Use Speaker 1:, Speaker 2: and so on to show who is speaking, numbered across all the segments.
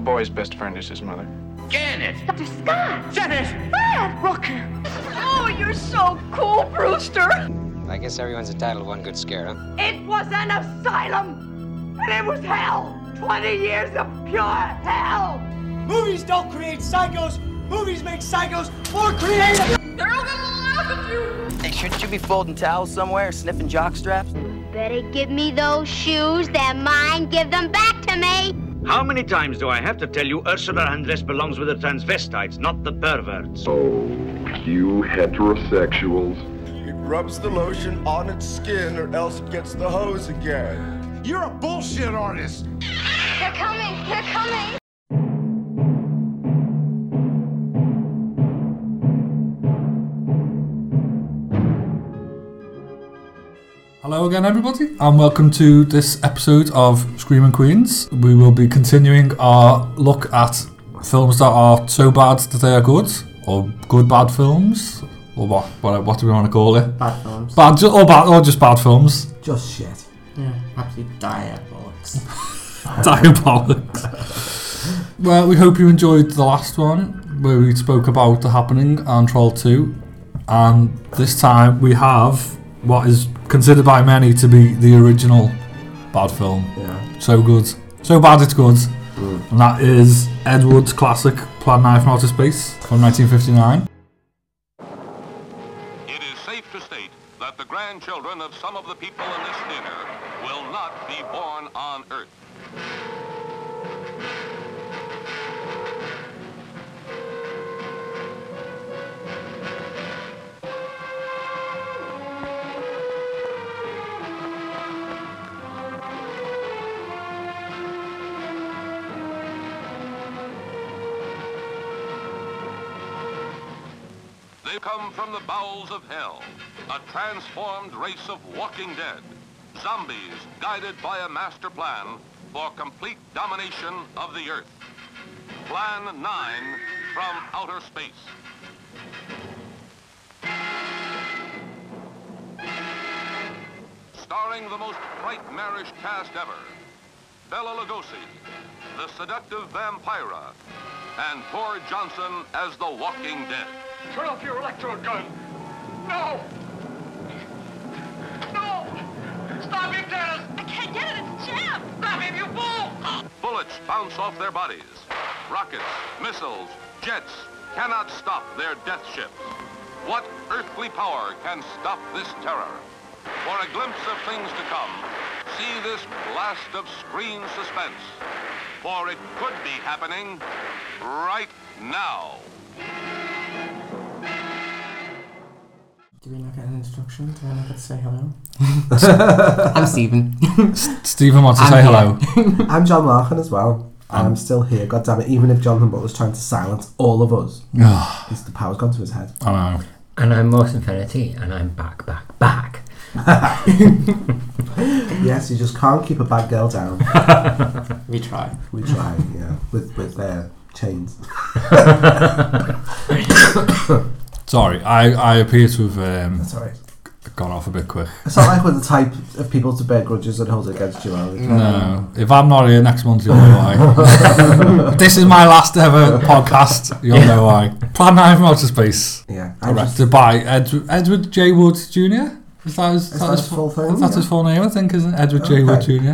Speaker 1: boy's best friend is his mother.
Speaker 2: Janet!
Speaker 3: Dr. Scott!
Speaker 2: Janet!
Speaker 3: Fred! Look! Oh, you're so cool, Brewster!
Speaker 4: I guess everyone's entitled to one good scare, huh?
Speaker 3: It was an asylum! And it was hell! 20 years of pure hell!
Speaker 5: Movies don't create psychos. Movies make psychos more creative.
Speaker 3: They're all gonna laugh at you!
Speaker 6: Hey, shouldn't you be folding towels somewhere, sniffing jock straps?
Speaker 7: Better give me those shoes. They're mine. Give them back to me.
Speaker 2: How many times do I have to tell you Ursula Andress belongs with the transvestites, not the perverts?
Speaker 8: Oh, you heterosexuals.
Speaker 9: It rubs the lotion on its skin or else it gets the hose again.
Speaker 10: You're a bullshit artist.
Speaker 11: They're coming. They're coming.
Speaker 12: Hello again, everybody, and welcome to this episode of Screaming Queens. We will be continuing our look at films that are so bad that they are good, or good bad films, or what? What, what do we want to call it?
Speaker 13: Bad films.
Speaker 12: Bad, ju- or bad, or just bad films.
Speaker 13: Just shit. Yeah, absolute diabolics.
Speaker 12: Diabolics. well, we hope you enjoyed the last one where we spoke about the happening and Troll Two, and this time we have what is considered by many to be the original bad film.
Speaker 13: Yeah. Mm.
Speaker 12: So good. So bad it's good. And that is Ed Wood's classic Plan 9 from Outer Space from 1959.
Speaker 14: It is safe to state that the grandchildren of some of the people in this dinner will not be born on Earth. They come from the bowels of hell, a transformed race of walking dead, zombies guided by a master plan for complete domination of the Earth. Plan 9 from outer space. Starring the most nightmarish cast ever, Bella Lugosi, the seductive vampira, and Tor Johnson as the walking dead.
Speaker 15: Turn off your electro gun. No! No! Stop it, Dennis!
Speaker 11: I can't get it. It's jammed.
Speaker 15: Stop it, you fool!
Speaker 14: Bullets bounce off their bodies. Rockets, missiles, jets cannot stop their death ships. What earthly power can stop this terror? For a glimpse of things to come, see this blast of screen suspense. For it could be happening right now.
Speaker 13: Do we not get an instruction? Do I not get to say hello?
Speaker 12: I'm
Speaker 13: Stephen.
Speaker 12: Stephen wants to say hello.
Speaker 13: I'm John Larkin as well. And I'm still here, God damn it! Even if Jonathan Butler's trying to silence all of us,
Speaker 12: Ah.
Speaker 13: he's, the power's gone to his head.
Speaker 12: I know.
Speaker 16: And I'm Morse Infinity, and I'm back, back, back.
Speaker 13: Yes, you just can't keep a bad girl down.
Speaker 16: We try.
Speaker 13: We try, yeah, with with their chains.
Speaker 12: Sorry, I, I appear to have um,
Speaker 13: Sorry.
Speaker 12: gone off a bit quick.
Speaker 13: It's not like we're the type of people to bear grudges and hold it against you. Are we?
Speaker 12: No, if I'm not here next month, you'll know why. this is my last ever podcast. You'll know why. Plan 9 from Outer Space.
Speaker 13: Yeah, I
Speaker 12: Directed by Ed, Edward J. Wood Jr. Is that his,
Speaker 13: Is that his full name?
Speaker 12: That's his full name, I think, isn't it? Edward J. Wood
Speaker 13: Okay.
Speaker 12: Jr.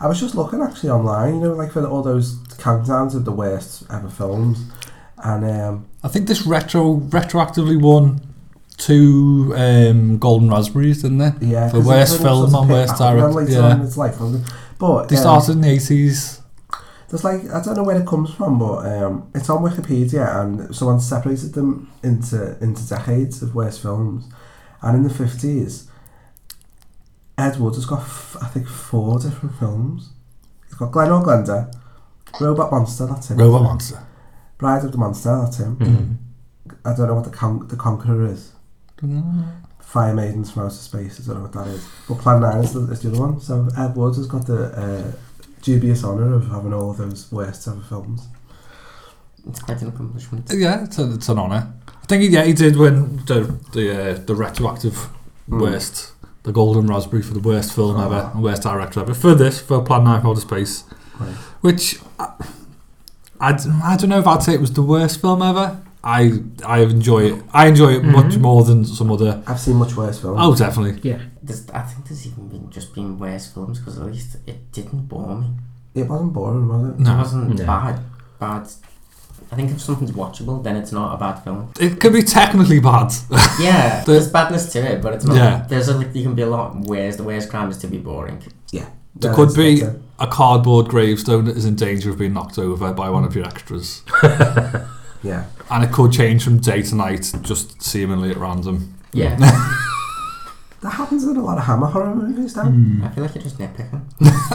Speaker 13: I was just looking actually online, you know, like for all those countdowns of the worst ever films, and um,
Speaker 12: I think this retro retroactively won two um, Golden Raspberries, didn't it?
Speaker 13: yeah,
Speaker 12: For
Speaker 13: 'cause
Speaker 12: worst
Speaker 13: it was
Speaker 12: film
Speaker 13: a
Speaker 12: and
Speaker 13: pit
Speaker 12: worst
Speaker 13: battle
Speaker 12: director.
Speaker 13: later on in
Speaker 12: Yeah.
Speaker 13: its life, wasn't it? But
Speaker 12: They
Speaker 13: um,
Speaker 12: started in the 80s.
Speaker 13: There's like I don't know where it comes from, but um, it's on Wikipedia, and someone separated them into into decades of worst films, and in the fifties, Ed Wood has got f- I think four different films. He's got Glen Glenda, Robot Monster, that's him.
Speaker 12: Robot Monster. Mm-hmm.
Speaker 13: Bride of the Monster, that's him. I don't know what the con- the Conqueror is. Fire Maidens from Outer Space, I don't know what that is. But Plan 9 is the, is the other one. So Ed Wood has got the uh, dubious honour of having all of those worst ever films.
Speaker 16: It's quite an accomplishment.
Speaker 12: Yeah, it's, a, it's an honour. I think, he, yeah, he did win the, the, uh, the retroactive
Speaker 14: Hmm.
Speaker 12: worst, the Golden Raspberry for the worst film
Speaker 14: Oh.
Speaker 12: ever and worst director ever for this, for Plan 9 from Outer Space.
Speaker 13: Right.
Speaker 12: Which, I, I, d- I don't know if I'd say it was the worst film ever. I I enjoy it. I enjoy it much
Speaker 1: Mhm.
Speaker 12: more than some other.
Speaker 14: Mm-hmm. I've seen much worse films.
Speaker 12: Oh, definitely.
Speaker 1: Yeah. There's, I think there's even been just been worse films because at least it didn't bore me.
Speaker 14: It wasn't boring, was it?
Speaker 1: It wasn't
Speaker 14: No.
Speaker 1: bad. Bad. I think if something's watchable, then it's not a bad film.
Speaker 12: It could be technically bad.
Speaker 1: Yeah,
Speaker 12: The-
Speaker 1: there's badness to it, but it's not.
Speaker 12: Yeah.
Speaker 1: There's a, you can be a lot ways. The worst crime is to be boring.
Speaker 14: Yeah.
Speaker 12: There could be a cardboard gravestone that is in danger of being knocked over by one of your extras.
Speaker 14: Yeah.
Speaker 12: And it could change from day to night, just seemingly at random.
Speaker 1: Yeah.
Speaker 14: That happens in a lot of Hammer horror movies, now.
Speaker 1: I feel like you're just nitpicking.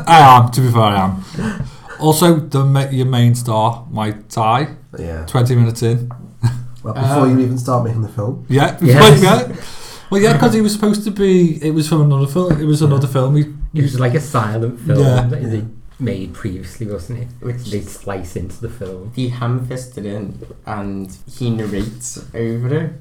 Speaker 12: I am, to be fair, I am. Also, the ma- your main star, my tie.
Speaker 14: Yeah.
Speaker 12: 20 minutes in. Um,
Speaker 14: Well, before you even start making the film.
Speaker 12: Yeah,
Speaker 14: Yes.
Speaker 12: yeah. Well, yeah, because he was supposed to be. It was from another film. It was another film. He,
Speaker 2: It was like a silent film
Speaker 12: Yeah.
Speaker 2: that they made previously, wasn't it? Which they slice into the film.
Speaker 1: He ham-fisted in, and he narrates over it.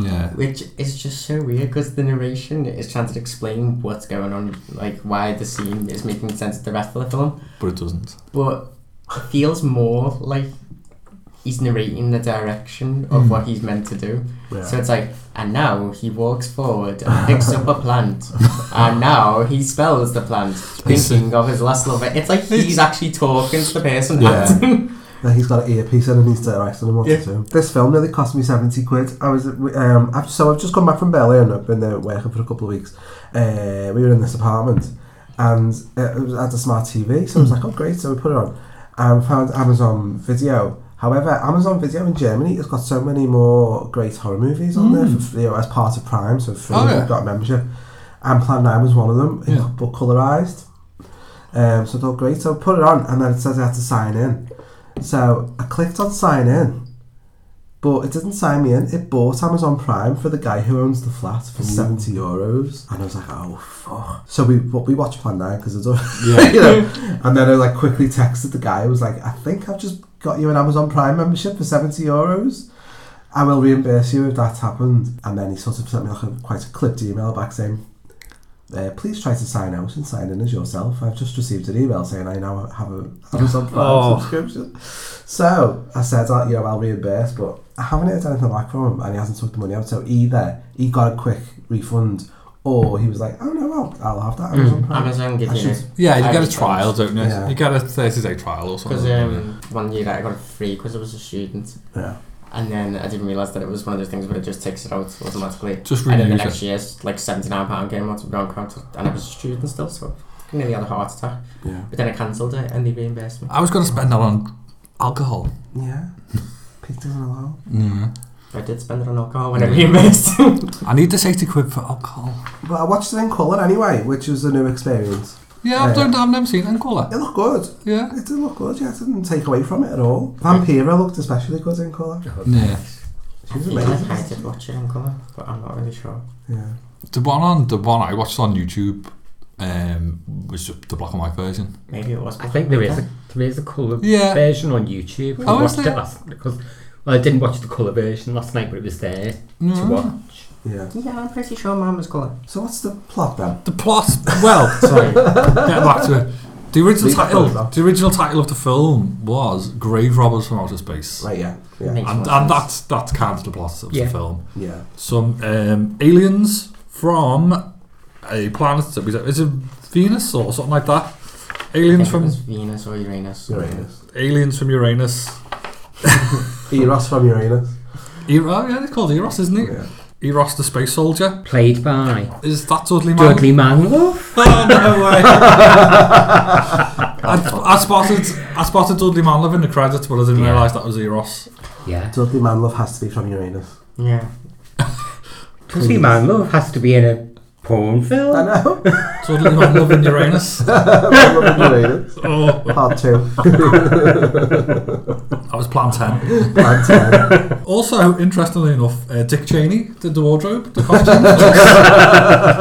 Speaker 12: Yeah.
Speaker 1: Which is just so weird because the narration is trying to explain what's going on, like why the scene is making sense to the rest of the film.
Speaker 12: But it doesn't.
Speaker 1: But it feels more like he's narrating the direction of
Speaker 12: Mm.
Speaker 1: what he's meant to do.
Speaker 14: Yeah.
Speaker 1: So it's like, and now he walks forward and picks up a plant,
Speaker 14: Um,
Speaker 1: and now he spells the plant,
Speaker 12: uh,
Speaker 1: thinking of his last lover. It's like he's actually talking to the person.
Speaker 14: Yeah. Now he's got an earpiece in and he's directing him what
Speaker 1: Yeah.
Speaker 14: to do. This film nearly cost me 70 quid. I was, um, I've, so I've just come back from Berlin. I've been there working for a couple of weeks. Uh, we were in this apartment and uh, it was at the smart TV.
Speaker 12: Hmm.
Speaker 14: So I was like, oh, great. So we put it on and found Amazon Video. However, Amazon Video in Germany has got so many more great horror movies on there
Speaker 12: Mm.
Speaker 14: for free, or as part of Prime, so free.
Speaker 12: Oh,
Speaker 14: if
Speaker 12: yeah.
Speaker 14: You've got a membership. And Plan 9 was one of them,
Speaker 12: Yeah.
Speaker 14: but colourised. Um, so I thought, great. So I put it on, and then it says I had to sign in. So I clicked on sign in, but it didn't sign me in. It bought Amazon Prime for the guy who owns the flat for 70 euros. And I was like, oh, fuck. So we but we watched Plan 9 because it's all,
Speaker 12: Yeah.
Speaker 14: you know. And then I like quickly texted the guy. I was like, I think I've just got you an Amazon Prime membership for 70 euros. I will reimburse you if that's happened. And then he sort of sent me like a, quite a clipped email back saying, uh, please try to sign out and sign in as yourself. I've just received an email saying I now have an Amazon Prime
Speaker 12: Oh.
Speaker 14: subscription. So I said, oh, you know, I'll reimburse, but I haven't heard anything back from him and he hasn't took the money out. So either he got a quick refund or he was like, oh no, I'll, I'll have that Amazon Prime.
Speaker 1: Hmm, Amazon give
Speaker 14: Mm. I
Speaker 1: you
Speaker 14: should-
Speaker 1: this.
Speaker 12: Yeah, you
Speaker 1: I
Speaker 12: get a
Speaker 1: was-
Speaker 12: trial, don't you?
Speaker 14: Yeah.
Speaker 12: You get a 30 day trial or something.
Speaker 1: Because um, one year I got it free because I was a student.
Speaker 14: Yeah.
Speaker 1: And then I didn't realise that it was one of those things where it just takes it out automatically.
Speaker 12: Just
Speaker 1: And then the
Speaker 12: renews
Speaker 1: next year, it's like £79 came out to Brown Council, and I was a student still, so I nearly had a heart attack.
Speaker 14: Yeah.
Speaker 1: But then I cancelled it and they reimbursed me.
Speaker 12: I was going to spend that on alcohol.
Speaker 14: Yeah. Pete doesn't allow.
Speaker 12: Yeah.
Speaker 1: I did spend it on alcohol when I reimbursed.
Speaker 12: I need this 80 quid for alcohol.
Speaker 14: But I watched it in colour anyway, which was a new experience.
Speaker 12: Yeah, I've, done, I've never seen it in colour.
Speaker 14: It looked good.
Speaker 12: Yeah.
Speaker 14: It did look good, yeah. It didn't take away from it at all. Vampira looked especially good in colour.
Speaker 12: Yeah.
Speaker 14: She was
Speaker 1: I feel like
Speaker 14: amazing.
Speaker 1: I did watch it in colour, but I'm not really sure.
Speaker 14: Yeah.
Speaker 12: The one on the one I watched on YouTube um, was just the black and white version.
Speaker 1: Maybe it was.
Speaker 2: I think there is a there is a colour
Speaker 12: Yeah.
Speaker 2: version on YouTube.
Speaker 12: Oh,
Speaker 2: I
Speaker 12: is
Speaker 2: watched
Speaker 12: there?
Speaker 2: it last because well, I didn't watch the colour version last night, but it was there to
Speaker 12: Mm.
Speaker 2: watch.
Speaker 14: Yeah.
Speaker 1: Yeah, I'm pretty sure mine was colour.
Speaker 14: So what's the plot then?
Speaker 12: The plot. Well, sorry. Get back to it. The original
Speaker 14: Leave that
Speaker 12: title.
Speaker 14: over.
Speaker 12: The original title of the film was Grave Robbers from Outer Space.
Speaker 14: Right, yeah, yeah.
Speaker 12: And,
Speaker 14: Makes more
Speaker 12: and
Speaker 14: sense.
Speaker 12: that's that's kind of the plot of
Speaker 14: Yeah.
Speaker 12: the film.
Speaker 14: Yeah.
Speaker 12: Some um, aliens from a planet. That was, is it Venus or something like that? Aliens
Speaker 1: I think it
Speaker 12: from
Speaker 1: was Venus or Uranus.
Speaker 14: Uranus.
Speaker 12: aliens from Uranus.
Speaker 14: Eros from Uranus.
Speaker 12: Eros, E-, oh, yeah, it's called Eros, isn't it? Eros, the space soldier,
Speaker 2: played by
Speaker 12: is that Dudley Man?
Speaker 2: Dudley Manlove.
Speaker 12: Oh no way! I, I spotted I spotted Dudley Manlove in the credits, but I didn't
Speaker 14: Yeah.
Speaker 12: realise that was Eros.
Speaker 2: Yeah.
Speaker 14: Dudley Manlove has to be from Uranus.
Speaker 1: Yeah.
Speaker 2: Dudley
Speaker 14: Please.
Speaker 2: Manlove has to be in a porn film. I
Speaker 14: know.
Speaker 12: Dudley Manlove in Uranus.
Speaker 14: Manlove in Uranus.
Speaker 12: Oh.
Speaker 14: Part two.
Speaker 12: that was Plan Ten.
Speaker 14: Plan Ten.
Speaker 12: Also, interestingly enough, uh, Dick Cheney did the wardrobe, the costume.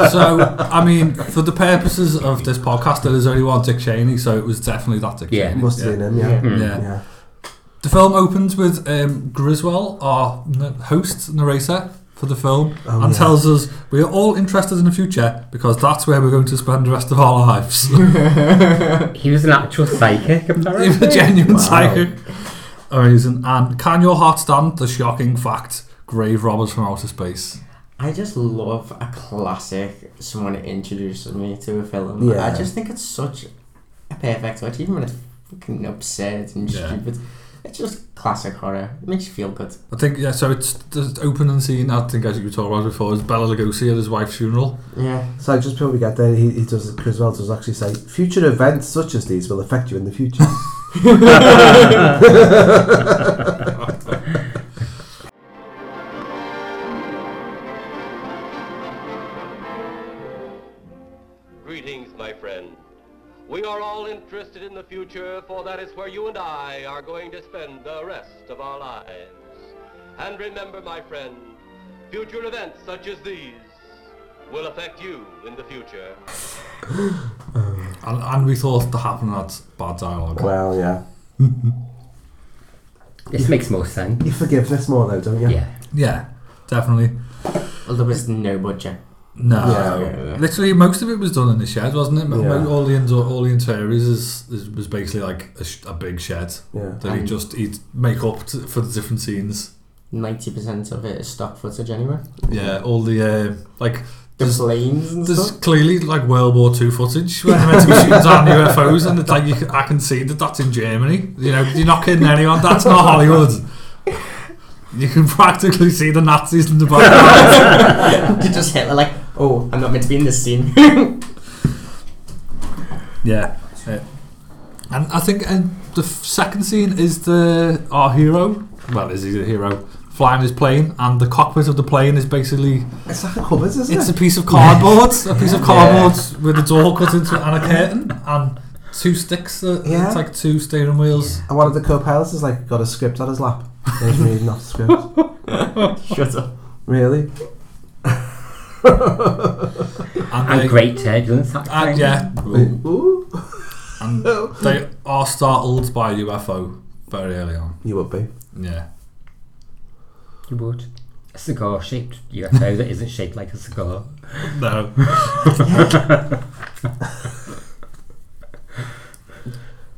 Speaker 12: so, I mean, for the purposes of this podcast, there is only one Dick Cheney, so it was definitely that Dick
Speaker 2: Yeah.
Speaker 12: Cheney.
Speaker 14: Must have been him, yeah.
Speaker 12: Yeah.
Speaker 1: Hmm.
Speaker 14: Mm.
Speaker 12: Yeah.
Speaker 14: Yeah.
Speaker 12: The film opens with um, Griswold, our n- host narrator for the film,
Speaker 14: Oh,
Speaker 12: and
Speaker 14: yeah.
Speaker 12: tells us we are all interested in the future because that's where we're going to spend the rest of our lives.
Speaker 2: He was an actual psychic, apparently.
Speaker 12: He was a genuine psychic. Amazing. And can your heart stand the shocking fact grave robbers from outer space?
Speaker 1: I just love a classic. Someone introduces me to a film.
Speaker 12: Yeah.
Speaker 1: I just think it's such a perfect watch, even when it's fucking absurd and
Speaker 12: Yeah.
Speaker 1: stupid. It's just classic horror. It makes you feel good.
Speaker 12: I think yeah. So it's the opening scene. I think as you talked about before is Bella Lugosi at his wife's funeral.
Speaker 1: Yeah.
Speaker 13: So just before we get there, he, he does Criswell does actually say future events such as these will affect you in the future.
Speaker 17: Greetings, my friend. We are all interested in the future, for that is where you and I are going to spend the rest of our lives. And remember, my friend, future events such as these will affect you in the future.
Speaker 12: And, and we thought the happening had bad dialogue.
Speaker 13: Well, yeah.
Speaker 16: This makes more sense.
Speaker 13: You forgive this more though, don't you?
Speaker 16: Yeah.
Speaker 12: Yeah, definitely.
Speaker 1: Well, there was no budget. Uh,
Speaker 12: No,
Speaker 1: Yeah, yeah, yeah.
Speaker 12: literally most of it was done in the shed, wasn't it? Mo-
Speaker 1: Yeah.
Speaker 12: All the indoor, all the interiors is, is was basically like a, sh- a big shed
Speaker 13: Yeah.
Speaker 12: that he
Speaker 1: And-
Speaker 12: just he'd make up to, for the different scenes.
Speaker 1: Ninety percent of it is stock footage anyway.
Speaker 12: Yeah, all the uh, like
Speaker 1: The planes and
Speaker 12: There's
Speaker 1: stuff.
Speaker 12: clearly like World War Two footage when they're meant to be shooting down UFOs, and it's like you can, I can see that that's in Germany. You know, you're not kidding anyone. That's not Hollywood. You can practically see the Nazis in the background.
Speaker 1: you just Hitler like, oh, I'm not meant to be in this scene. yeah,
Speaker 12: yeah, uh, and I think and the f- second scene is the our hero. Well, is he a hero? Flying his plane, and the cockpit of the plane is basically
Speaker 13: It's like a cupboard, isn't
Speaker 12: it's
Speaker 13: it?
Speaker 12: a piece of cardboard, a piece of
Speaker 13: Yeah.
Speaker 12: cardboard with a door cut into it and a curtain and two sticks. Uh,
Speaker 13: Yeah.
Speaker 12: It's like two steering wheels.
Speaker 13: And one of the co-pilots has like got a script on his lap. And He's reading off the script.
Speaker 1: Shut up.
Speaker 13: Really?
Speaker 12: And,
Speaker 16: And
Speaker 12: they-
Speaker 16: great turbulence happening.
Speaker 12: And yeah.
Speaker 13: Ooh.
Speaker 12: And they are startled by UFO very early on.
Speaker 13: You would be.
Speaker 12: Yeah.
Speaker 16: You would. A cigar shaped UFO that isn't shaped like a cigar.
Speaker 12: No.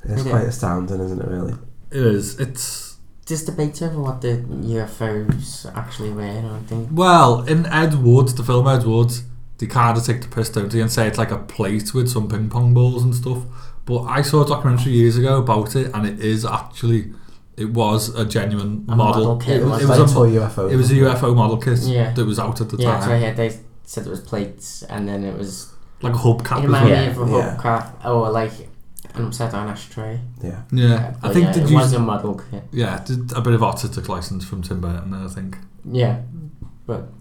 Speaker 13: It's
Speaker 1: Yeah.
Speaker 13: quite astounding, isn't it? Really.
Speaker 12: It is. It's
Speaker 1: There's debate over what the UFOs actually were. I don't think.
Speaker 12: well in Ed Wood, the film Ed Wood. They kind of take the piss, don't they, and say it's like a plate with some ping pong balls and stuff. But I saw a documentary years ago about it, and it is actually, it was a genuine
Speaker 1: A
Speaker 12: model.
Speaker 1: model kit,
Speaker 12: It, was-
Speaker 1: wasn't
Speaker 12: it
Speaker 13: it?
Speaker 12: was a
Speaker 13: Or UFO.
Speaker 12: It was a UFO model kit
Speaker 1: Yeah.
Speaker 12: that was out at the
Speaker 1: yeah,
Speaker 12: time.
Speaker 1: so I heard they said it was plates, and then it was
Speaker 12: Like a
Speaker 1: It
Speaker 12: hubcap as
Speaker 1: reminded
Speaker 12: well.
Speaker 1: me of a
Speaker 12: Yeah.
Speaker 1: hubcap, or Oh, like an upside down ashtray.
Speaker 13: Yeah.
Speaker 12: Yeah, I
Speaker 1: but
Speaker 12: think
Speaker 1: yeah,
Speaker 12: did
Speaker 1: it
Speaker 12: you,
Speaker 1: was a model kit.
Speaker 12: Yeah, did a bit of artistic license from Tim Burton, I think.
Speaker 1: Yeah, but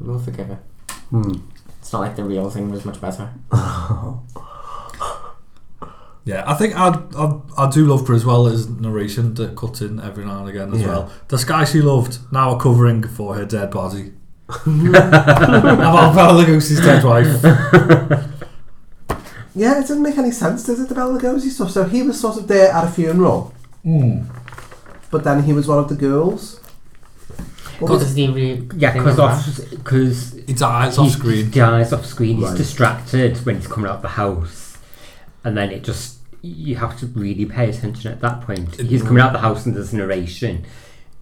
Speaker 1: we'll forgive it. It's not like the real thing was much better.
Speaker 12: Yeah, I think I I, I do love Griswell's narration that cuts in every now and again as
Speaker 13: Yeah.
Speaker 12: well. The sky she loved now are covering for her dead body. About Bella Lugosi's dead wife.
Speaker 13: Yeah, it doesn't make any sense, does it? The Bella Lugosi stuff. So he was sort of there at a funeral,
Speaker 12: Mm.
Speaker 13: but then he was one of the girls. What was-
Speaker 16: yeah, because off, because
Speaker 12: he dies off screen.
Speaker 16: dies off screen.
Speaker 12: Right.
Speaker 16: He's distracted when he's coming out of the house, and then it just you have to really pay attention at that point. He's coming out of the house and there's narration,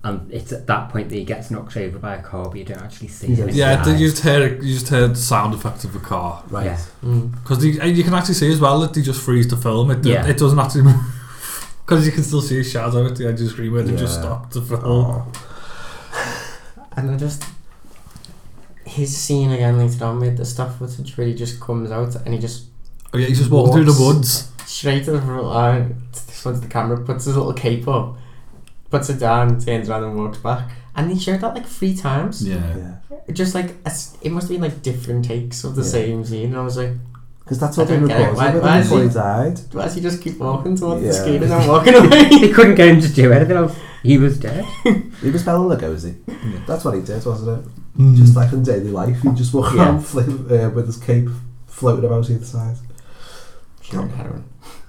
Speaker 16: and it's at that point that he gets knocked over by a car, but you don't actually see him.
Speaker 12: Yeah,
Speaker 16: It's-
Speaker 12: they used hear you just heard the sound effect of a car,
Speaker 16: Right. Yeah.
Speaker 12: Because you can actually see as well that they just freeze the film. It,
Speaker 16: Yeah.
Speaker 12: it doesn't actually move because you can still see a shadow at the edge of the screen where they just
Speaker 13: Yeah.
Speaker 12: stopped the film.
Speaker 1: And I just his scene again later on with the stuff footage where he just comes out and he just
Speaker 12: Oh, yeah, he's just walking through the woods.
Speaker 1: straight to the front line towards the camera puts his little cape up puts it down turns around and walks back and he showed that like three times
Speaker 12: Yeah.
Speaker 1: just like a s it must have been like different takes of the
Speaker 13: Yeah.
Speaker 1: same scene and I was like
Speaker 13: 'Cause that's
Speaker 1: I
Speaker 13: what they
Speaker 1: don't get it.
Speaker 13: recorded
Speaker 1: Why-
Speaker 13: with him
Speaker 1: why does
Speaker 13: before he died.
Speaker 1: why does he just keep walking towards
Speaker 13: Yeah.
Speaker 1: the screen and then walking away
Speaker 16: they couldn't get him to do anything else. He was dead.
Speaker 13: He was Bella Lugosi. That's what he did, wasn't it?
Speaker 12: Mm.
Speaker 13: Just like in daily life, he just walked
Speaker 16: Yeah.
Speaker 13: around flip, uh, with his cape floating about either side.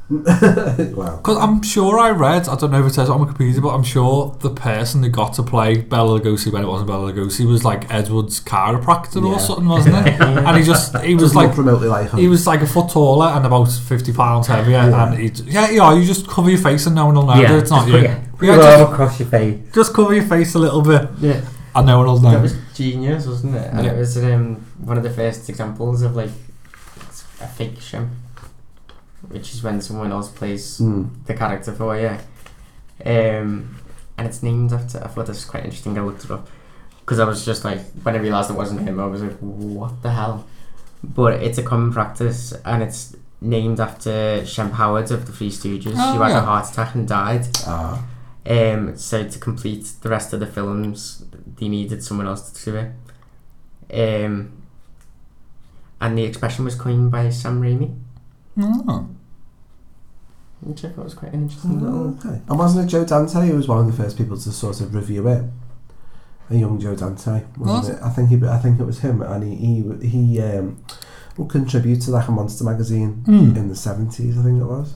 Speaker 13: wow.
Speaker 12: Because I'm sure I read, I don't know if it says it on Wikipedia, but I'm sure the person that got to play Bella Lugosi when it wasn't Bella Lugosi was like Edward's chiropractor
Speaker 13: Yeah.
Speaker 12: or something, wasn't it?
Speaker 13: Yeah.
Speaker 12: And he just he was
Speaker 13: Doesn't look
Speaker 12: like
Speaker 13: remotely like him.
Speaker 12: he was like a foot taller and about fifty pounds heavier,
Speaker 13: Yeah.
Speaker 12: and he yeah yeah you just cover your face and no one will know
Speaker 16: Yeah,
Speaker 12: that it's not
Speaker 16: just put
Speaker 12: you.
Speaker 16: your- Put your arm across your face.
Speaker 12: Just cover your face a little bit.
Speaker 1: Yeah.
Speaker 12: I know what I'll
Speaker 1: That
Speaker 12: know.
Speaker 1: was genius, wasn't it? And
Speaker 12: Yeah.
Speaker 1: it was um, one of the first examples of like a fake shim, which is when someone else plays
Speaker 13: Mm.
Speaker 1: the character for you. Um, and it's named after. I thought this was quite interesting. I looked it up because I was just like, when I realised it wasn't him, I was like, what the hell? But it's a common practice, and it's named after Shem Howard of the Three Stooges.
Speaker 12: Oh,
Speaker 1: who had
Speaker 12: yeah.
Speaker 1: a heart attack and died.
Speaker 13: Ah.
Speaker 1: Um, so to complete the rest of the films, they needed someone else to do it. Um, and the expression was coined by Sam Raimi.
Speaker 12: Oh.
Speaker 1: Which I thought was quite an interesting little.
Speaker 13: Okay. And wasn't it Joe Dante who was one of the first people to sort of review it? A young Joe Dante, wasn't
Speaker 12: Was
Speaker 13: it? I think he, I think it was him, and he he, he um, would contribute to like a monster magazine
Speaker 12: Hmm.
Speaker 13: in the seventies, I think it was.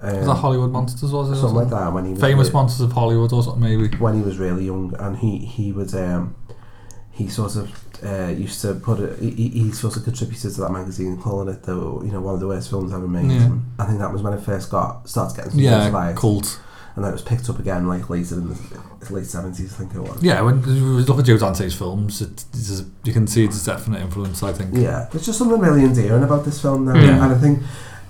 Speaker 13: Um,
Speaker 12: Was that Hollywood Monsters, was it, or
Speaker 13: Something like
Speaker 12: something?
Speaker 13: that. When he was
Speaker 12: Famous
Speaker 13: re-
Speaker 12: Monsters of Hollywood or something, maybe.
Speaker 13: When he was really young, and he he was um, he sort of uh, used to put it. He, he- he sort of contributed to that magazine, calling it the you know one of the worst films ever made.
Speaker 12: Yeah.
Speaker 13: I think that was when it first got started getting some
Speaker 12: Yeah,
Speaker 13: notoriety.
Speaker 12: cult.
Speaker 13: and then it was picked up again like later in the late seventies, I think it was.
Speaker 12: Yeah, when you look at Joe Dante's films, it, it's a- you can see it's a definite influence, I think.
Speaker 13: Yeah, there's just something really endearing about this film now,
Speaker 12: Yeah.
Speaker 13: and I think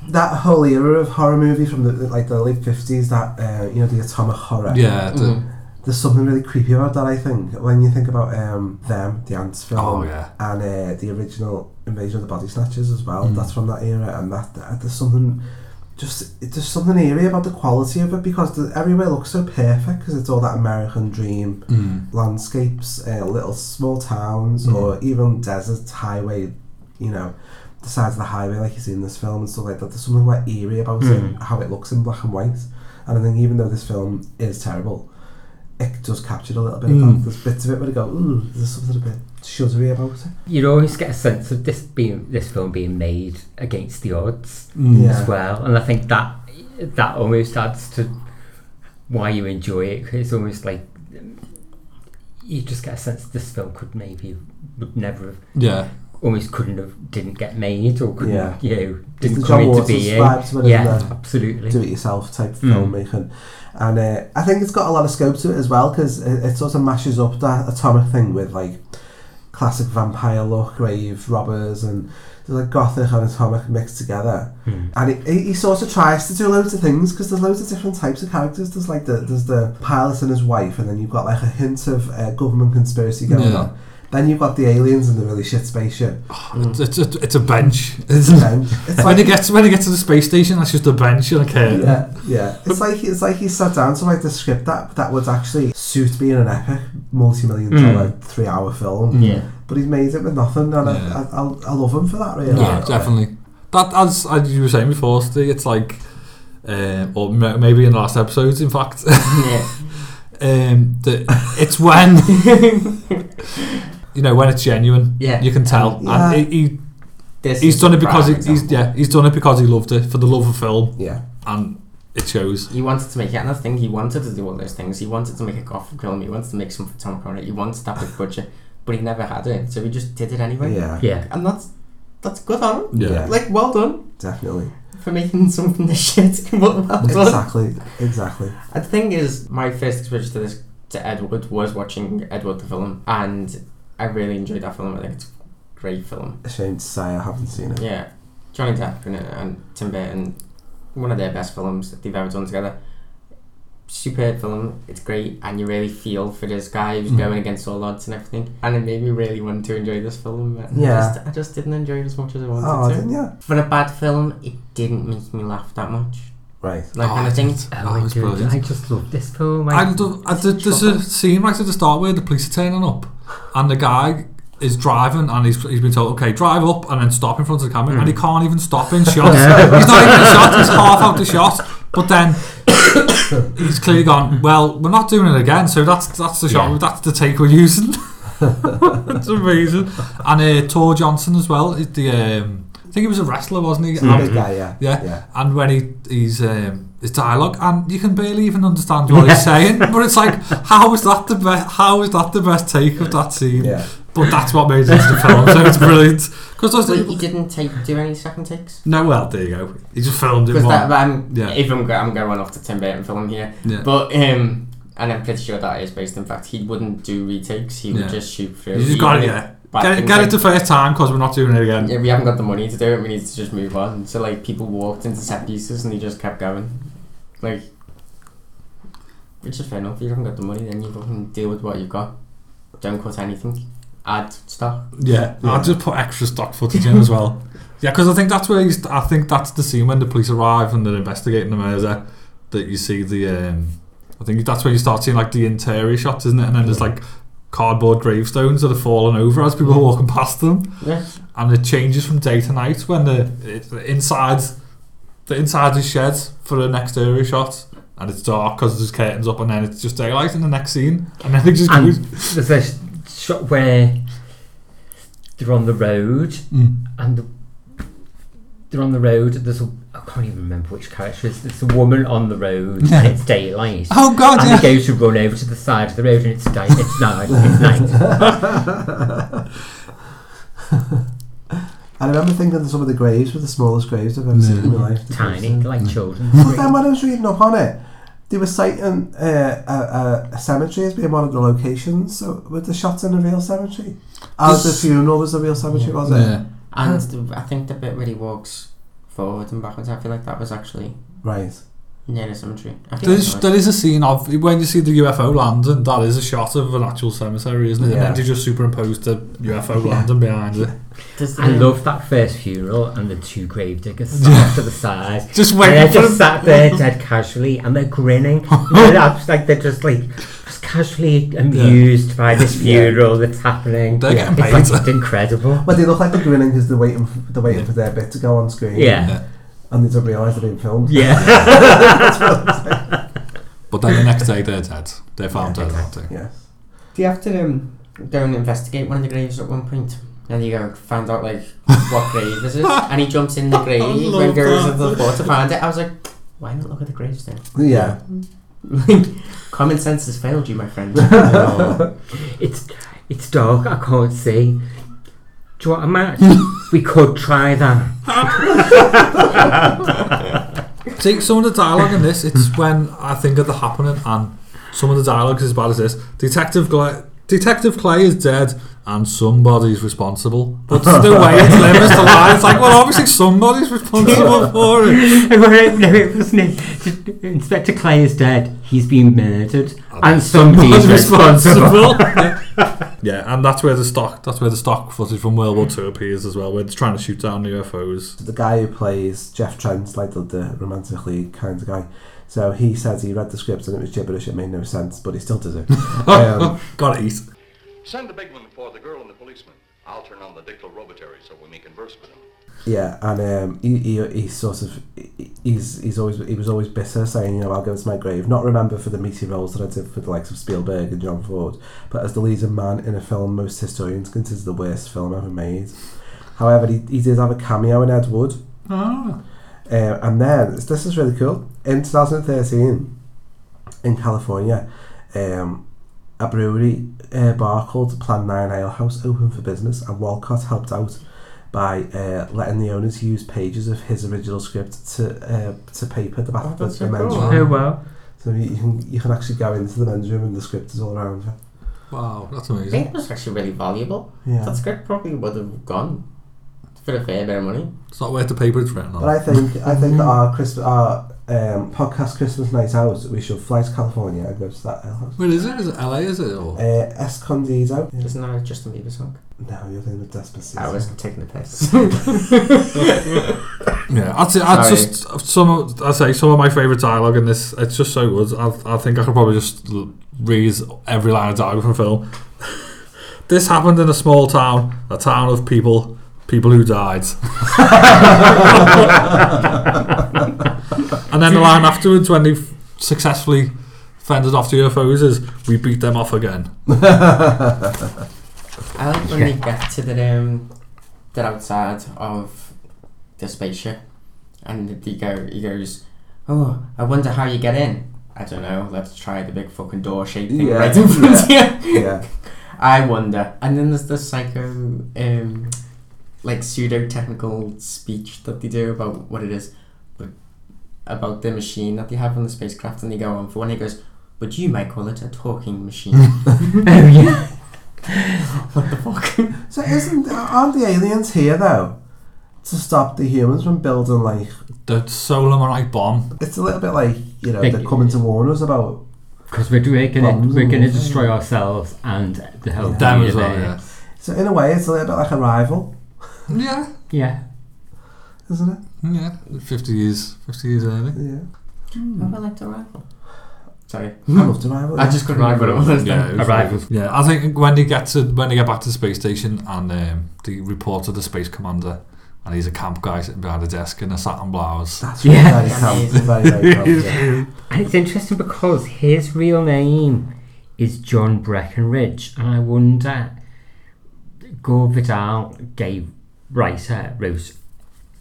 Speaker 13: that whole era of horror movie from the like the late fifties, that uh, you know the atomic horror.
Speaker 12: Yeah, the- Mhm.
Speaker 13: There's something really creepy about that. I think when you think about um, them, the ants film,
Speaker 12: Oh, yeah.
Speaker 13: and uh, the original Invasion of the Body Snatchers as well.
Speaker 12: Mm.
Speaker 13: That's from that era, and that, that there's something just it, there's something eerie about the quality of it because the, everywhere looks so perfect because it's all that American dream
Speaker 12: Mm.
Speaker 13: landscapes, uh, little small towns,
Speaker 12: Mm.
Speaker 13: or even deserts, highway, you know, the sides of the highway like you see in this film and stuff like that. There's something quite eerie about
Speaker 16: Mm.
Speaker 13: it, how it looks in black and white. And I think even though this film is terrible, it does capture a little bit
Speaker 16: Mm.
Speaker 13: of that. There's bits of it where you go, ooh, there's something a bit shuddery about it.
Speaker 16: You'd always get a sense of this being this film being made against the odds
Speaker 13: Mm. Yeah.
Speaker 16: as well, and I think that that almost adds to why you enjoy it. 'cause it's almost like um, you just get a sense this film could maybe would never have
Speaker 12: Yeah.
Speaker 16: almost couldn't have didn't get made or couldn't
Speaker 13: Yeah.
Speaker 16: you know
Speaker 13: It's
Speaker 16: didn't come
Speaker 13: the John
Speaker 16: into
Speaker 13: Waters
Speaker 16: being.
Speaker 13: vibe to it,
Speaker 16: yeah,
Speaker 13: isn't it?
Speaker 16: absolutely.
Speaker 13: Do it yourself type
Speaker 16: Mm.
Speaker 13: filmmaking. And uh, I think it's got a lot of scope to it as well because it, it sort of mashes up that atomic thing with like classic vampire look, grave robbers, and there's like gothic and atomic mixed together.
Speaker 16: Mm.
Speaker 13: And he- he, he sort of tries to do loads of things because there's loads of different types of characters. There's like the there's the pilot and his wife, and then you've got like a hint of uh, government conspiracy going
Speaker 12: Yeah.
Speaker 13: on. Then you've got the aliens and the really shit spaceship.
Speaker 12: It's, it's, a, it's a bench.
Speaker 13: It's a bench. It's
Speaker 12: when,
Speaker 13: like-
Speaker 12: it gets, when it gets to the space station, that's just a bench and a curtain.
Speaker 13: Yeah, yeah. It's like it's like he sat down to write the script that that would actually suit being an epic multi-million
Speaker 16: Mm.
Speaker 13: dollar three-hour film.
Speaker 16: Yeah.
Speaker 13: But he's made it with nothing, and I, I, I, I love him for that. Really.
Speaker 12: Yeah, definitely. That as, as you were saying before, Steve, it's like, um, or m- maybe in the last episodes, in fact.
Speaker 1: Yeah.
Speaker 12: um, the, it's when you know when it's genuine.
Speaker 1: Yeah.
Speaker 12: you can tell,
Speaker 1: Yeah.
Speaker 12: and he, he
Speaker 1: This
Speaker 12: he's
Speaker 1: is
Speaker 12: done
Speaker 1: a
Speaker 12: it because
Speaker 1: prime
Speaker 12: he, he's yeah he's done it because he loved it for the love of film.
Speaker 13: Yeah,
Speaker 12: and it shows.
Speaker 1: He wanted to make it, and I think he wanted to do all those things. He wanted to make a gothic film. He wanted to make some Tom Conner. He wanted that big budget, but he never had it, so he just did it anyway.
Speaker 13: Yeah.
Speaker 16: Yeah.
Speaker 1: and that's that's good on him.
Speaker 12: Yeah. Yeah.
Speaker 1: like well done
Speaker 13: definitely.
Speaker 1: for making something this shit. well, well done.
Speaker 13: Exactly, exactly.
Speaker 1: The thing is, my first exposure to this to Edward was watching Edward the film, and I really enjoyed that film. I think it's a great film.
Speaker 13: A shame to say I haven't seen it.
Speaker 1: Yeah, Johnny Depp in it and Tim Burton, one of their best films that they've ever done together. Superb film, it's great, and you really feel for this guy who's
Speaker 12: Mm.
Speaker 1: going against all odds and everything. And it made me really want to enjoy this film. And I
Speaker 13: Yeah.
Speaker 1: just, I just didn't enjoy it as much as I wanted
Speaker 13: Oh,
Speaker 1: to.
Speaker 13: didn't ya?
Speaker 1: For a bad film, it didn't make me laugh that much.
Speaker 13: Right.
Speaker 1: Like,
Speaker 12: Oh,
Speaker 1: and I think
Speaker 12: it's-
Speaker 16: Oh, I
Speaker 12: it's
Speaker 16: do.
Speaker 12: brilliant.
Speaker 16: I just love this film. I,
Speaker 12: I, do, I did, uh, there's a scene right at the start where the police are turning up, and the guy is driving, and he's, he's been told, okay, drive up, and then stop in front of the camera, and he can't even stop in shot.
Speaker 16: Yeah.
Speaker 12: he's not even in shot. He's half out the shot, but then he's clearly gone. Well, we're not doing it again, so that's that's the shot.
Speaker 16: Yeah.
Speaker 12: That's the take we're using. it's amazing. And uh, Tor Johnson as well. is The um, I think he was a wrestler, wasn't he?
Speaker 13: Mm.
Speaker 12: And-
Speaker 13: Yeah, yeah, yeah.
Speaker 12: And when he he's um, his dialogue, and you can barely even understand what he's saying. But it's like, how is that the best? How is that the best take of that scene?
Speaker 13: Yeah.
Speaker 12: But that's what made it into the film, so it's brilliant. Because
Speaker 1: Wait, he didn't take do any second takes.
Speaker 12: No, well, there you go. He just filmed it.
Speaker 1: Because
Speaker 12: one.
Speaker 1: that, but I'm,
Speaker 12: yeah.
Speaker 1: if I'm, go- I'm going off the Tim Burton film here,
Speaker 12: Yeah.
Speaker 1: but um, and I'm pretty sure that is based in fact. He wouldn't do retakes. He would
Speaker 12: Yeah.
Speaker 1: just shoot through.
Speaker 12: You just
Speaker 1: He
Speaker 12: got it,
Speaker 1: would
Speaker 12: yeah.
Speaker 1: back
Speaker 12: Get it,
Speaker 1: things
Speaker 12: get
Speaker 1: like-
Speaker 12: it the first time because we're not doing it again.
Speaker 1: Yeah, we haven't got the money to do it. We need to just move on. So like people walked into set pieces and he just kept going, like, which is fair enough. If you haven't got the money, then you fucking deal with what you've got. Don't cut anything. Add stuff.
Speaker 12: Yeah, I'll just put extra stock footage in as well. Yeah, because I think that's where you st- I think that's the scene when the police arrive and they're investigating the murder that you see the. Um, I think that's where you start seeing like the interior shots, isn't it? And then there's like cardboard gravestones that are falling over as people are walking past them.
Speaker 1: Yeah.
Speaker 12: And it changes from day to night when the it, the inside the inside is shed for the next area shot. And it's dark because there's curtains up, and then it's just daylight in the next scene, and then it just
Speaker 16: And
Speaker 12: goes.
Speaker 16: there's a sh- shot where they're on the road
Speaker 12: Mm.
Speaker 16: and the, they're on the road. There's a I can't even remember which character it is. It's a woman on the road and it's daylight.
Speaker 12: Oh, God,
Speaker 16: And
Speaker 12: yeah.
Speaker 16: they go to run over to the side of the road and it's night. It's night. It's night.
Speaker 13: I remember thinking that some of the graves were the smallest graves I've ever seen in my life.
Speaker 16: Tiny, like children.
Speaker 13: But then when I was reading up on it, they were citing uh, a, a, a cemetery as being one of the locations. So were the shots in a real cemetery? As the
Speaker 1: This-
Speaker 13: funeral was a real cemetery, was it?
Speaker 1: And the, I think the bit where he walks forward and backwards, I feel like that was actually
Speaker 13: Right.
Speaker 1: near the cemetery. I think
Speaker 12: There
Speaker 1: it
Speaker 12: is,
Speaker 1: was.
Speaker 12: there is a scene of when you see the UFO landing, that is a shot of an actual cemetery, isn't it? And
Speaker 16: Yeah.
Speaker 12: then they just superimpose the UFO
Speaker 16: Yeah.
Speaker 12: landing behind it.
Speaker 1: Does
Speaker 16: I
Speaker 1: the-
Speaker 16: love that first funeral and the two grave diggers sat
Speaker 12: Yeah.
Speaker 16: to the side.
Speaker 12: Just
Speaker 16: And
Speaker 12: waiting
Speaker 16: They're
Speaker 12: for
Speaker 16: just
Speaker 12: them.
Speaker 16: sat there dead casually and they're grinning. and they're abs- like they're just like just casually amused by this funeral that's happening.
Speaker 13: They're
Speaker 16: Yeah.
Speaker 13: getting
Speaker 16: it's, like,
Speaker 13: paid.
Speaker 16: it's incredible.
Speaker 13: But they look like they're grinning because they're waiting, for, they're waiting for their bit to go on screen.
Speaker 16: Yeah. Yeah.
Speaker 13: And they don't realise they're being filmed.
Speaker 16: Yeah.
Speaker 13: That's what I'm saying.
Speaker 12: But then the next day they're dead. They're found dead, aren't they?
Speaker 13: Yeah.
Speaker 1: Do you have to um, go and investigate one of the graves at one point? And you go find out like what grave this is, and he jumps in the grave
Speaker 13: love
Speaker 1: and goes
Speaker 13: that.
Speaker 1: into the water to find it. I was like, why not look at the graves then?
Speaker 13: Yeah.
Speaker 1: Common sense has failed you, my friend.
Speaker 16: It's it's dark, I can't see. Do you want a match? we could try that.
Speaker 12: See, some of the dialogue in this, it's when I think of the happening, and some of the dialogue is as bad as this. Detective Clay, Detective Clay is dead, and somebody's responsible. But the way it's limits the line, it's like, well, obviously somebody's responsible for it.
Speaker 16: I won't know it wasn't it. Inspector Clay is dead. He's been murdered, and somebody's responsible.
Speaker 12: yeah, and that's where the stock that's where the stock footage from World War Two appears as well, where they're trying to shoot down the UFOs.
Speaker 13: the guy who plays Jeff Trent, like the, the romantic lead kind of guy. So he says he read the script and it was gibberish. It made no sense, but he still does it. um,
Speaker 12: Got it.
Speaker 17: Send the big one for the girl and the policeman. I'll turn on the dictal robotary so we may converse with him.
Speaker 13: yeah, and um, he, he, he sort of he- he's he's always he was always bitter, saying you know I'll go to my grave, not remember for the meaty roles that I did for the likes of Spielberg and John Ford, but as the leading man in a film most historians consider the worst film ever made. However, he, he did have a cameo in Ed Wood.
Speaker 12: Ah.
Speaker 13: Um, and then this is really cool. In 2013, in California, um, a brewery uh, bar called Plan Nine Ale House opened for business, and Walcott helped out by uh, letting the owners use pages of his original script to uh, to paper the back
Speaker 16: that's
Speaker 13: the
Speaker 16: so
Speaker 13: men's
Speaker 16: cool.
Speaker 13: room.
Speaker 16: Oh, wow.
Speaker 13: So you you can you can actually go into the men's room and the script is all around you.
Speaker 12: Wow, that's
Speaker 1: I think it was actually really valuable.
Speaker 13: Yeah.
Speaker 1: That script probably would have gone for a fair bit of money.
Speaker 12: It's not worth the paper it's written on.
Speaker 13: But I think I think that our Christmas our um, podcast Christmas night out, we should fly to California and go to that ale house.
Speaker 12: Where is it? Is it LA is it or
Speaker 13: Uh, Escondido.
Speaker 1: Isn't that a Justin Bieber song?
Speaker 13: No, you're doing the Despacito.
Speaker 1: I was taking the piss.
Speaker 12: Yeah, I'd say I'd
Speaker 1: Sorry.
Speaker 12: just some. of- I'd say some of my favourite dialogue in this. It's just so good. I, I think I could probably just l- read every line of dialogue from the film. this happened in a small town, a town of people, people who died. and then the line afterwards, when they successfully fended off the UFOs, is we beat them off again.
Speaker 1: I like when they get to the um, they're outside of the spaceship, and he go he goes, "Oh, I wonder how you get in." I don't know, let's try the big fucking door shape thing
Speaker 13: Yeah,
Speaker 1: right in front of
Speaker 13: yeah,
Speaker 1: you.
Speaker 13: yeah.
Speaker 1: I wonder. And then there's the psycho, um, like pseudo technical speech that they do about what it is, but about the machine that they have on the spacecraft, and they go on for one. He goes, "But you might call it a talking machine." oh yeah. what the fuck?
Speaker 13: So isn't aren't the aliens here though to stop the humans from building like
Speaker 12: the solar monite bomb?
Speaker 13: It's a little bit like you know
Speaker 16: Like-
Speaker 13: they're coming to warn us about
Speaker 16: Because we're doing it,
Speaker 13: Bombs
Speaker 16: we're
Speaker 13: and
Speaker 16: going to
Speaker 13: all.
Speaker 16: destroy ourselves and the whole
Speaker 12: Them as well,
Speaker 16: universe.
Speaker 12: yeah.
Speaker 13: So in a way, it's a little bit like a rival,
Speaker 12: Yeah.
Speaker 16: Yeah.
Speaker 13: isn't it?
Speaker 12: Yeah. Fifty years. Fifty years early.
Speaker 13: Yeah.
Speaker 1: How about like the rival? Sorry,
Speaker 13: Hmm. I loved Arrival.
Speaker 1: I just couldn't remember what it was.
Speaker 12: Yeah,
Speaker 1: then.
Speaker 12: it was- Yeah, I think when they get to when they get back to the space station and um, they report to the space commander, and he's a camp guy sitting behind a desk in a satin blouse.
Speaker 13: That's
Speaker 16: Yeah.
Speaker 13: very camp, very very camp. Yeah.
Speaker 16: And it's interesting because his real name is John Breckenridge, and I wonder. Gore Vidal gave writer wrote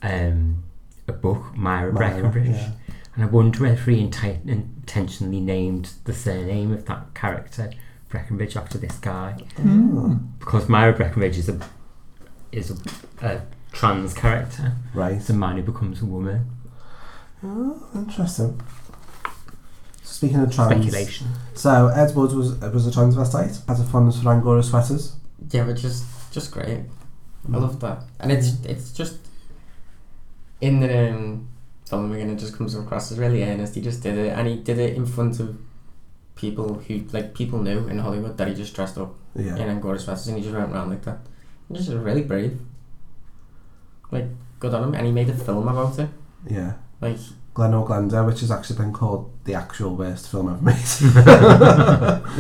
Speaker 16: um, a book, Myra
Speaker 13: Myra,
Speaker 16: Breckenridge,
Speaker 13: yeah.
Speaker 16: and I wonder if he inti- intentionally named the surname of that character Breckenridge after this guy,
Speaker 13: Hmm.
Speaker 16: because Myra Breckenridge is a is a, a trans character,
Speaker 13: Right.
Speaker 16: It's a man who becomes a woman.
Speaker 13: Oh, interesting. Speaking of trans,
Speaker 16: Speculation.
Speaker 13: So Ed Wood was was a transvestite, had a fondness for Angora sweaters.
Speaker 1: Yeah, but just just great. I love that, and it's it's just in the um, film again. It just comes across as really earnest. He just did it, and he did it in front of people who like people knew in Hollywood that he just dressed up
Speaker 13: Yeah.
Speaker 1: in Angora sweaters and he just went around like that. He just was really brave. Like good on him, and he made a film about it.
Speaker 13: Yeah.
Speaker 1: Like
Speaker 13: Glen O'Glenda, which has actually been called the actual worst film ever made.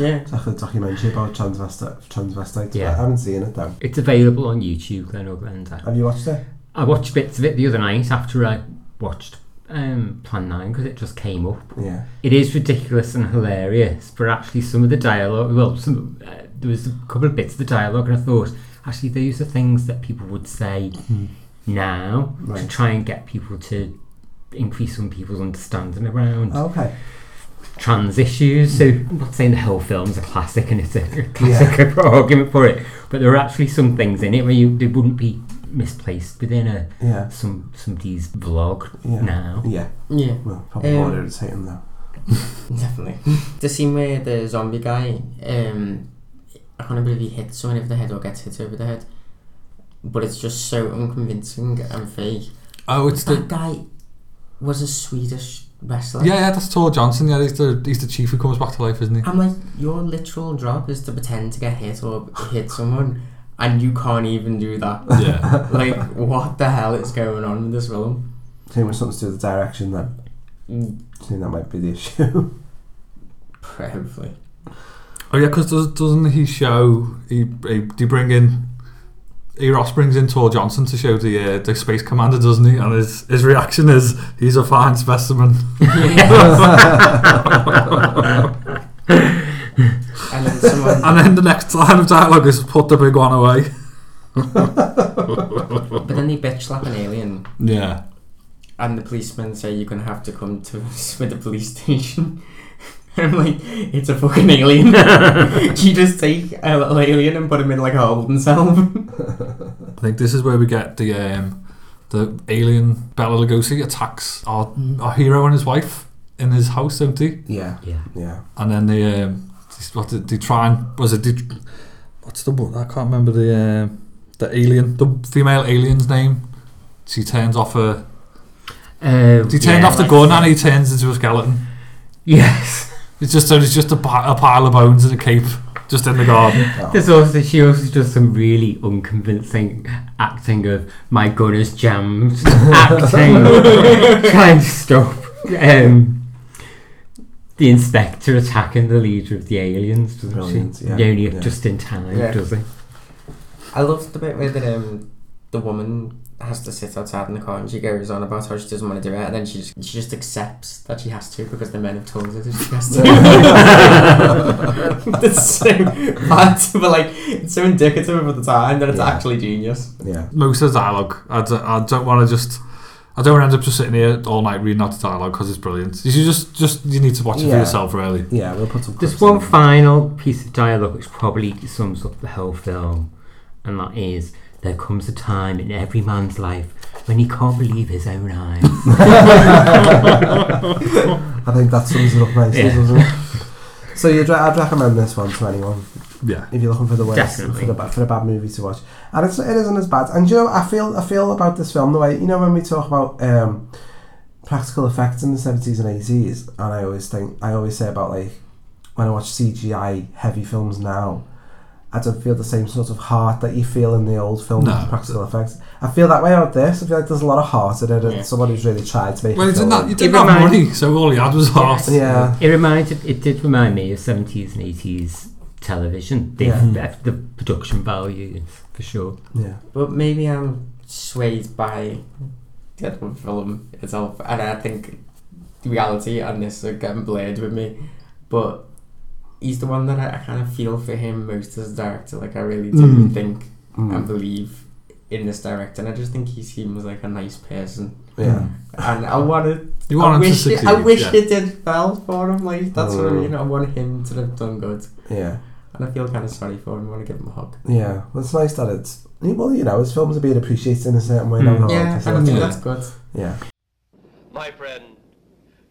Speaker 1: Yeah.
Speaker 13: It's like a documentary about transvestite, transvestites.
Speaker 16: Yeah.
Speaker 13: Yeah. I haven't seen it though. Um,
Speaker 16: It's available on YouTube, Glen O'Glenda.
Speaker 13: Have you watched it?
Speaker 16: I watched bits of it the other night after I watched um, Plan 9 because it just came up.
Speaker 13: Yeah.
Speaker 16: It is ridiculous and hilarious, but actually, some of the dialogue, well, some, uh, there was a couple of bits of the dialogue, and I thought, actually, these are things that people would say now to
Speaker 13: Hmm. Right.
Speaker 16: try and get people to increase some people's understanding around
Speaker 13: Okay.
Speaker 16: trans issues. So I'm not saying the whole film's a classic and it's a classic argument for it, but there are actually some things in it where you they wouldn't be misplaced within a
Speaker 13: Yeah.
Speaker 16: some somebody's vlog
Speaker 12: Oh.
Speaker 13: Yeah.
Speaker 16: now.
Speaker 13: Yeah.
Speaker 1: yeah,
Speaker 13: Well, probably
Speaker 1: Um,
Speaker 13: more irritating though.
Speaker 1: Definitely. the scene where the zombie guy, um, I can't remember if he hits someone over the head or gets hit over the head, but it's just so unconvincing and fake.
Speaker 12: Oh, it's
Speaker 1: that
Speaker 12: the
Speaker 1: guy was a Swedish wrestler.
Speaker 12: yeah, yeah. That's Tor Johnson. Yeah, he's the he's the chief who comes back to life, isn't he?
Speaker 1: I'm like, your literal job is to pretend to get hit or hit someone, and you can't even do that.
Speaker 12: Yeah.
Speaker 1: like, what the hell is going on with this film?
Speaker 13: Too much something to do with the direction then.
Speaker 1: Mm,
Speaker 13: I think that might be the issue.
Speaker 1: Probably.
Speaker 12: Oh yeah, because does, doesn't he show he, he do bring in he Ross brings in Tor Johnson to show the uh, the space commander, doesn't he? And his his reaction is he's a fine specimen.
Speaker 1: And then someone.
Speaker 12: And then the next line of dialogue is put the big one away.
Speaker 1: but then they bitch slap an alien.
Speaker 12: Yeah.
Speaker 1: and the policemen say you're gonna have to come to us with the police station. I'm like, it's a fucking alien. you just take a little alien and put him in like a holding cell.
Speaker 12: I think this is where we get the um, the alien Bella Lugosi attacks our,
Speaker 16: Mm.
Speaker 12: our hero and his wife in his house, don't he?
Speaker 13: yeah.
Speaker 16: Yeah.
Speaker 13: Yeah.
Speaker 12: and then they um, they- what did they try and was it they, what's the one I can't remember the um the alien the female alien's name. She turns off her.
Speaker 16: Uh,
Speaker 12: He turned
Speaker 16: yeah,
Speaker 12: off the
Speaker 16: like-
Speaker 12: gun and he turns into a skeleton.
Speaker 16: Yes.
Speaker 12: It's just it's just a, pi- a pile of bones and a cape just in the garden.
Speaker 16: There's also she also does some really unconvincing acting of my gun is jammed acting kind of stuff. Um, the inspector attacking the leader of the aliens, doesn't
Speaker 13: Brilliant,
Speaker 16: she?
Speaker 13: yeah,
Speaker 16: Only
Speaker 13: yeah.
Speaker 16: just in time,
Speaker 1: Yeah.
Speaker 16: does he?
Speaker 1: I loved the bit where the, um, the woman has to sit outside in the car and she goes on about how she doesn't want to do it and then she just, she just accepts that she has to because the men have told her that she has to. That's so bad, but like it's so indicative of the time that it's
Speaker 13: Yeah.
Speaker 1: actually genius.
Speaker 13: Yeah.
Speaker 12: Most of the dialogue. I don't, I don't want to just. I don't want to end up just sitting here all night reading out the dialogue because it's brilliant. You should just, just you need to watch it for
Speaker 13: Yeah.
Speaker 12: yourself, really.
Speaker 13: Yeah, we'll put some
Speaker 16: There's one final piece of dialogue which probably sums up the whole film, and that is there comes a time in every man's life when he can't believe his own eyes.
Speaker 13: I think that sums it up nicely,
Speaker 16: Yeah.
Speaker 13: doesn't it? So you'd, re- I'd recommend this one to anyone.
Speaker 12: Yeah.
Speaker 13: If you're looking for the worst, for
Speaker 16: Definitely.
Speaker 13: the, ba- for the bad movie to watch, and it's, it isn't as bad. And you know, I feel I feel about this film the way you know when we talk about um, practical effects in the seventies and eighties, and I always think I always say about like when I watch CGI heavy films now, I don't feel the same sort of heart that you feel in the old film
Speaker 12: No.
Speaker 13: practical effects. I feel that way about this. I feel like there's a lot of heart in it, and someone who's really tried to make.
Speaker 12: Well,
Speaker 13: it
Speaker 12: you didn't,
Speaker 13: feel-
Speaker 12: have, you didn't
Speaker 16: It
Speaker 12: have
Speaker 16: reminds-
Speaker 12: money, so all you had was art.
Speaker 13: Yeah.
Speaker 16: It reminded it did remind me of seventies and eighties television. The,
Speaker 13: Yeah.
Speaker 16: the production value for sure.
Speaker 13: Yeah.
Speaker 1: But maybe I'm swayed by the actual film itself, and I think reality and this are getting blurred with me. But he's the one that I, I kind of feel for him most as a director. Like I really do
Speaker 13: Mm.
Speaker 1: think
Speaker 13: Mm.
Speaker 1: and believe in this director, and I just think he seems like a nice person.
Speaker 13: Yeah.
Speaker 1: And I want to.
Speaker 12: You
Speaker 1: I
Speaker 12: want him to
Speaker 1: wish it, I
Speaker 12: succeed,
Speaker 1: wish
Speaker 12: yeah.
Speaker 1: it did well for him. Like that's what I
Speaker 13: Mm.
Speaker 1: mean. I want him to have done good.
Speaker 13: Yeah.
Speaker 1: And I feel kind of sorry for him. I want to give him a hug.
Speaker 13: Yeah, well, it's nice that it's well, you know, his films are being appreciated in a certain way. now,
Speaker 16: Hmm.
Speaker 13: aren't
Speaker 12: Oh,
Speaker 13: they?
Speaker 1: Yeah,
Speaker 13: So
Speaker 1: and I think
Speaker 13: good.
Speaker 1: that's good.
Speaker 13: Yeah,
Speaker 17: My friend,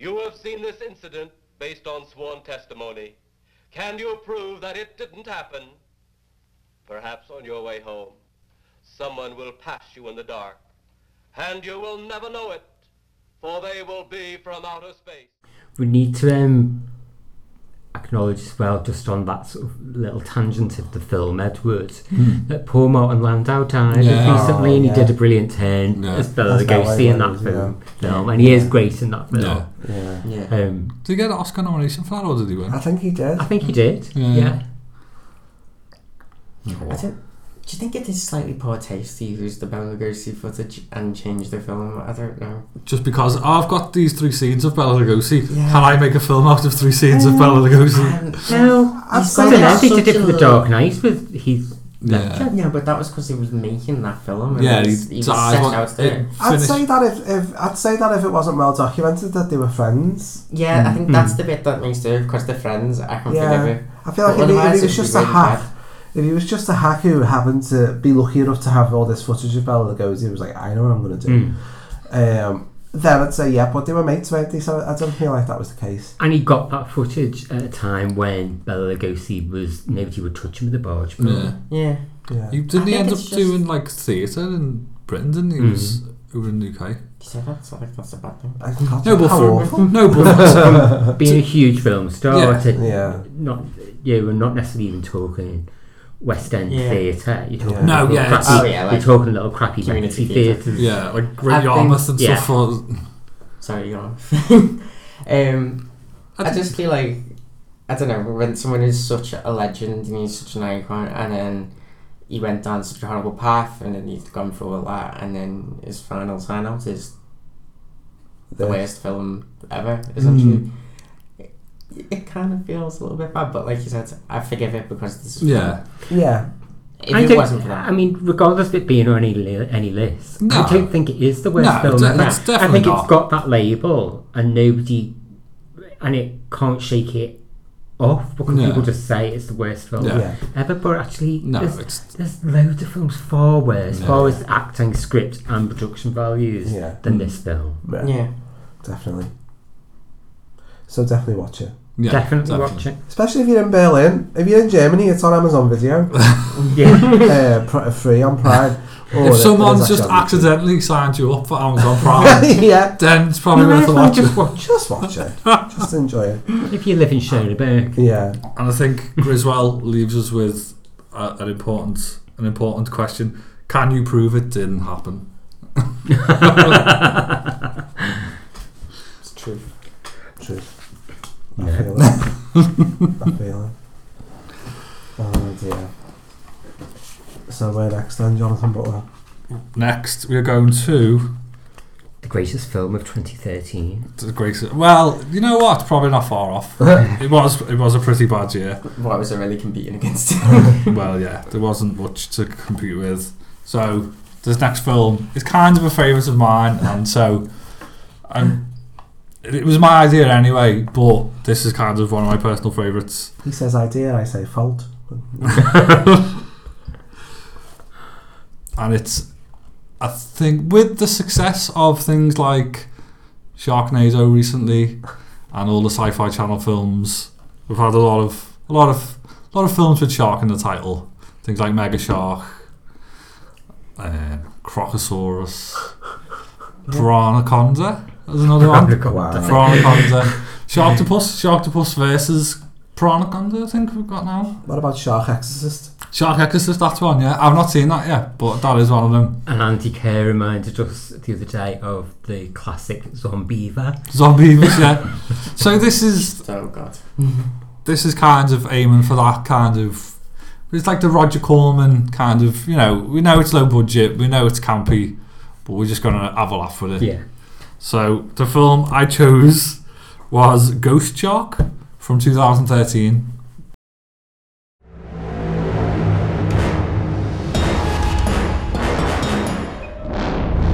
Speaker 17: you have seen this incident based on sworn testimony. Can you prove that it didn't happen? Perhaps on your way home, someone will pass you in the dark, and you will never know it, for they will be from outer space.
Speaker 16: We need to um, acknowledge as well, just on that sort of little tangent of the film Edward,
Speaker 12: Hmm.
Speaker 16: that poor Martin Landau died
Speaker 12: Yeah.
Speaker 16: recently, and he
Speaker 13: Oh, yeah.
Speaker 16: did a brilliant turn
Speaker 12: Yeah.
Speaker 16: as Bela
Speaker 13: That's how I
Speaker 16: Lugosi in that
Speaker 13: learned, yeah.
Speaker 16: film, film, and he is great in that film.
Speaker 12: Yeah.
Speaker 13: yeah.
Speaker 1: Yeah.
Speaker 16: Um,
Speaker 12: Did he get an Oscar nomination for that, or did he win?
Speaker 13: I think he did.
Speaker 16: I think he did.
Speaker 12: Yeah.
Speaker 16: yeah.
Speaker 1: I don't. Do you think it is slightly poor taste to use the Bela Lugosi footage and change the film? I don't know.
Speaker 12: Just because oh, I've got these three scenes of Bela Lugosi,
Speaker 1: Yeah.
Speaker 12: can I make a film out of three scenes of Bela Lugosi?
Speaker 1: And-
Speaker 16: No,
Speaker 13: I've
Speaker 1: He's
Speaker 13: got
Speaker 1: got
Speaker 16: I don't know.
Speaker 1: such
Speaker 16: They did it
Speaker 1: a
Speaker 16: for the
Speaker 1: low-
Speaker 16: Dark Knight with Heath Ledger.
Speaker 12: Yeah.
Speaker 1: Yeah, but that was because he was making that film. And
Speaker 12: Yeah,
Speaker 1: he,
Speaker 12: he
Speaker 1: was- he was
Speaker 12: died.
Speaker 1: set
Speaker 12: What-
Speaker 1: out there.
Speaker 12: it
Speaker 13: I'd say
Speaker 12: finished-
Speaker 13: that if, if I'd say that if it wasn't well documented that they were friends.
Speaker 1: yeah, I think that's the bit that makes it because they're friends. I can forgive
Speaker 13: Yeah,
Speaker 1: it.
Speaker 13: I feel like
Speaker 1: But
Speaker 13: if he, if
Speaker 1: otherwise
Speaker 13: he
Speaker 1: it'd
Speaker 13: was
Speaker 1: be
Speaker 13: just a
Speaker 1: really
Speaker 13: hack,
Speaker 1: bad.
Speaker 13: if he was just a hack who happened to be lucky enough to have all this footage of Bela Lugosi, he was like, I know what I'm gonna
Speaker 16: hmm.
Speaker 1: Hmm.
Speaker 13: do. Um, then I'd say yeah, but they were mates, weren't they? So I don't feel like that was the case.
Speaker 16: And he got that footage at a time when Bela Lugosi was nobody would touch him with a barge pole.
Speaker 12: Yeah.
Speaker 1: Yeah.
Speaker 13: Yeah,
Speaker 12: You, didn't
Speaker 1: I
Speaker 12: he
Speaker 1: think
Speaker 12: end up
Speaker 1: it's just-
Speaker 12: doing like theatre in Britain? Didn't he? He was over in the UK.
Speaker 1: So that's, I think that's a bad thing.
Speaker 13: I can't-
Speaker 12: No, but
Speaker 13: how
Speaker 12: for-
Speaker 13: awful.
Speaker 12: No, but
Speaker 16: Being a huge film star,
Speaker 12: Yeah.
Speaker 16: to
Speaker 13: Yeah.
Speaker 16: not you know, we're not necessarily even talking West End
Speaker 1: Yeah.
Speaker 16: theatre. You're talking
Speaker 12: No,
Speaker 16: little
Speaker 12: yeah,
Speaker 16: crappy,
Speaker 12: it's-
Speaker 1: Oh, yeah, like
Speaker 16: you're talking little crappy
Speaker 1: community
Speaker 16: community
Speaker 1: theatre.
Speaker 16: theatres.
Speaker 12: yeah, like
Speaker 1: I
Speaker 12: Great
Speaker 1: think-
Speaker 12: Yarmouth and
Speaker 16: yeah.
Speaker 12: stuff. For,
Speaker 1: Sorry, you know. um, I, just feel like I don't know when someone is such a legend and he's such an icon, and then he went down such a horrible path, and then he's gone through a lot, and then his final sign out is the
Speaker 13: This.
Speaker 1: worst film ever. Essentially, it, it kind of feels a little bit bad, but like you said, I forgive it because this is
Speaker 12: yeah,
Speaker 13: Yeah,
Speaker 1: If
Speaker 16: I
Speaker 1: it
Speaker 16: don't-
Speaker 1: wasn't for that,
Speaker 16: I mean, regardless of it being on any li- any list,
Speaker 12: No.
Speaker 16: I don't think it is the worst
Speaker 12: No,
Speaker 16: film
Speaker 12: it's-
Speaker 16: ever.
Speaker 12: it's
Speaker 16: I
Speaker 12: definitely
Speaker 16: think
Speaker 12: not.
Speaker 16: it's got that label, and nobody, and it can't shake it off because
Speaker 12: No.
Speaker 16: people just say it's the worst film
Speaker 12: Yeah. Yeah.
Speaker 16: ever. But actually,
Speaker 12: No,
Speaker 16: there's,
Speaker 12: it's-
Speaker 16: there's loads of films far worse,
Speaker 12: No.
Speaker 16: far as acting, script, and production values
Speaker 13: Yeah.
Speaker 16: than this film.
Speaker 13: yeah,
Speaker 1: yeah.
Speaker 13: definitely. So definitely watch it.
Speaker 12: yeah,
Speaker 16: definitely, watch it.
Speaker 13: Especially if you're in Berlin. If you're in Germany, it's on Amazon Video.
Speaker 16: Yeah.
Speaker 13: uh, pr- free on Prime. Or
Speaker 12: If
Speaker 13: it- it
Speaker 12: someone's
Speaker 13: is
Speaker 12: just
Speaker 13: actually on YouTube.
Speaker 12: accidentally signed you up for Amazon Prime,
Speaker 13: yeah.
Speaker 12: then it's probably
Speaker 16: Might
Speaker 12: worth
Speaker 16: as
Speaker 12: a
Speaker 16: well
Speaker 12: watch.
Speaker 16: just watch
Speaker 13: Just watch it. Just enjoy it.
Speaker 16: it. if you live in Schoenberg.
Speaker 13: Yeah.
Speaker 12: And I think Griswold leaves us with a, an important an important question: Can you prove it didn't happen?
Speaker 13: It's true. Truth. I feel it. I feel it. Oh dear. So where next then, Jonathan Butler?
Speaker 12: Next, we are going to
Speaker 16: The greatest film of 2013.
Speaker 12: the great. Well, you know what? Probably not far off. it was it was a pretty bad year.
Speaker 1: What was I really competing against?
Speaker 12: well, yeah, there wasn't much to compete with. So this next film is kind of a favourite of mine, and so I'm. It was my idea anyway, but this is kind of one of my personal favourites.
Speaker 13: He says idea, I say fault.
Speaker 12: and it's I think with the success of things like Sharknado recently and all the sci-fi channel films, we've had a lot of a lot of a lot of films with shark in the title. Things like Mega Shark, uh, Crocosaurus, Piranaconda. There's another one.
Speaker 13: Piranaconda.
Speaker 12: Piranaconda. Sharktopus. Sharktopus versus Piranaconda. I think we've got now.
Speaker 13: What about Shark Exorcist?
Speaker 12: Shark Exorcist, that's one, yeah. I've not seen that yet, but that is one of them.
Speaker 16: And Andy Kerr reminded us the other day of the classic Zombieva.
Speaker 12: Zombievers, yeah. so this is
Speaker 1: Oh god.
Speaker 12: this is kind of aiming for that kind of. It's like the Roger Corman kind of. You know, we know it's low budget, we know it's campy, but we're just gonna have a laugh with it.
Speaker 16: Yeah.
Speaker 12: So the film I chose was Ghost Shark from 2013.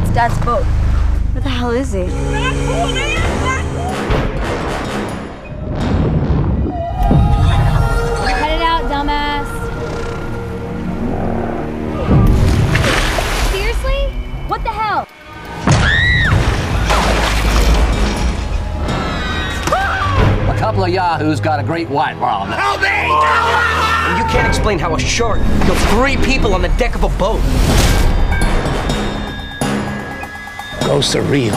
Speaker 18: It's Dad's boat. Where the hell is he?
Speaker 11: Cut it out, dumbass. Seriously? What the hell?
Speaker 6: A couple of yahoos got a great white problem. Help me! You can't explain how a shark killed three people on the deck of a boat.
Speaker 19: Ghosts are real.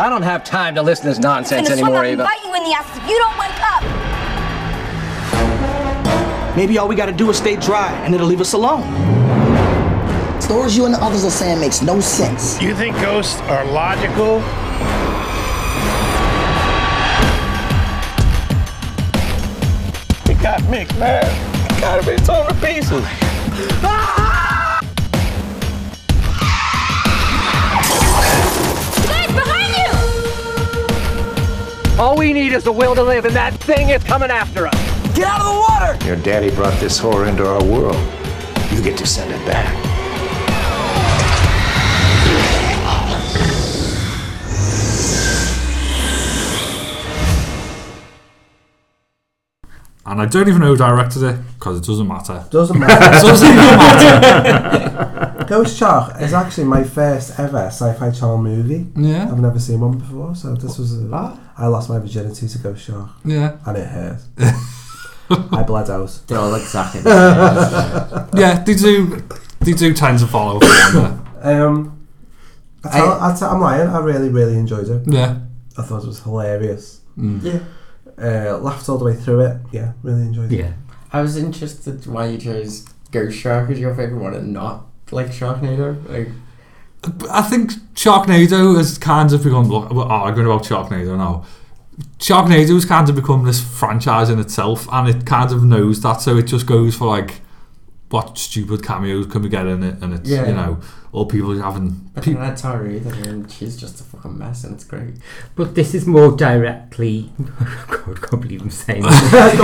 Speaker 6: I don't have time to listen to this nonsense
Speaker 18: gonna swing
Speaker 6: anymore,
Speaker 18: up and
Speaker 6: Ava.
Speaker 18: bite you in the ass if you don't wake up.
Speaker 19: Maybe all we gotta do is stay dry and it'll leave us alone.
Speaker 20: Stories you and the others are saying makes no sense.
Speaker 10: You think ghosts are logical?
Speaker 9: It got Mick mad. Got him in total pieces.
Speaker 11: Guys, behind you!
Speaker 6: All we need is the will to live, and that thing is coming after us. Get out of the water!
Speaker 19: Your daddy brought this horror into our world. You get to send it back.
Speaker 12: And I don't even know who directed it because it doesn't matter.
Speaker 13: Doesn't
Speaker 12: It
Speaker 13: matter.
Speaker 12: doesn't matter.
Speaker 13: Ghost Shark is actually my first ever sci-fi channel movie.
Speaker 12: Yeah.
Speaker 13: I've never seen one before, so this was. A, I lost my virginity to Ghost Shark.
Speaker 12: Yeah.
Speaker 13: And it hurt. I bled out.
Speaker 1: They all exactly
Speaker 12: yeah, they do. They do tend to follow.
Speaker 13: um, I tell, I, tell, I'm lying. I really, really enjoyed it.
Speaker 12: Yeah.
Speaker 13: I thought it was hilarious.
Speaker 12: Mm.
Speaker 1: Yeah.
Speaker 13: Uh, laughed all the way through it. Yeah, really enjoyed it.
Speaker 1: I was interested why you chose Ghost Shark as your favourite one and not like Sharknado. Like
Speaker 12: I think Sharknado has kind of become. oh, Look, we're arguing about Sharknado now. Sharknado has kind of become this franchise in itself, and it kind of knows that, so it just goes for like, what stupid cameos can we get in it? And it's
Speaker 1: Yeah.
Speaker 12: you know, all people having.
Speaker 1: But then that's how I read it, and she's just a fucking mess, and it's great.
Speaker 16: But this is more directly. God, I can't believe I'm saying
Speaker 1: That's
Speaker 16: this.
Speaker 1: the
Speaker 16: It's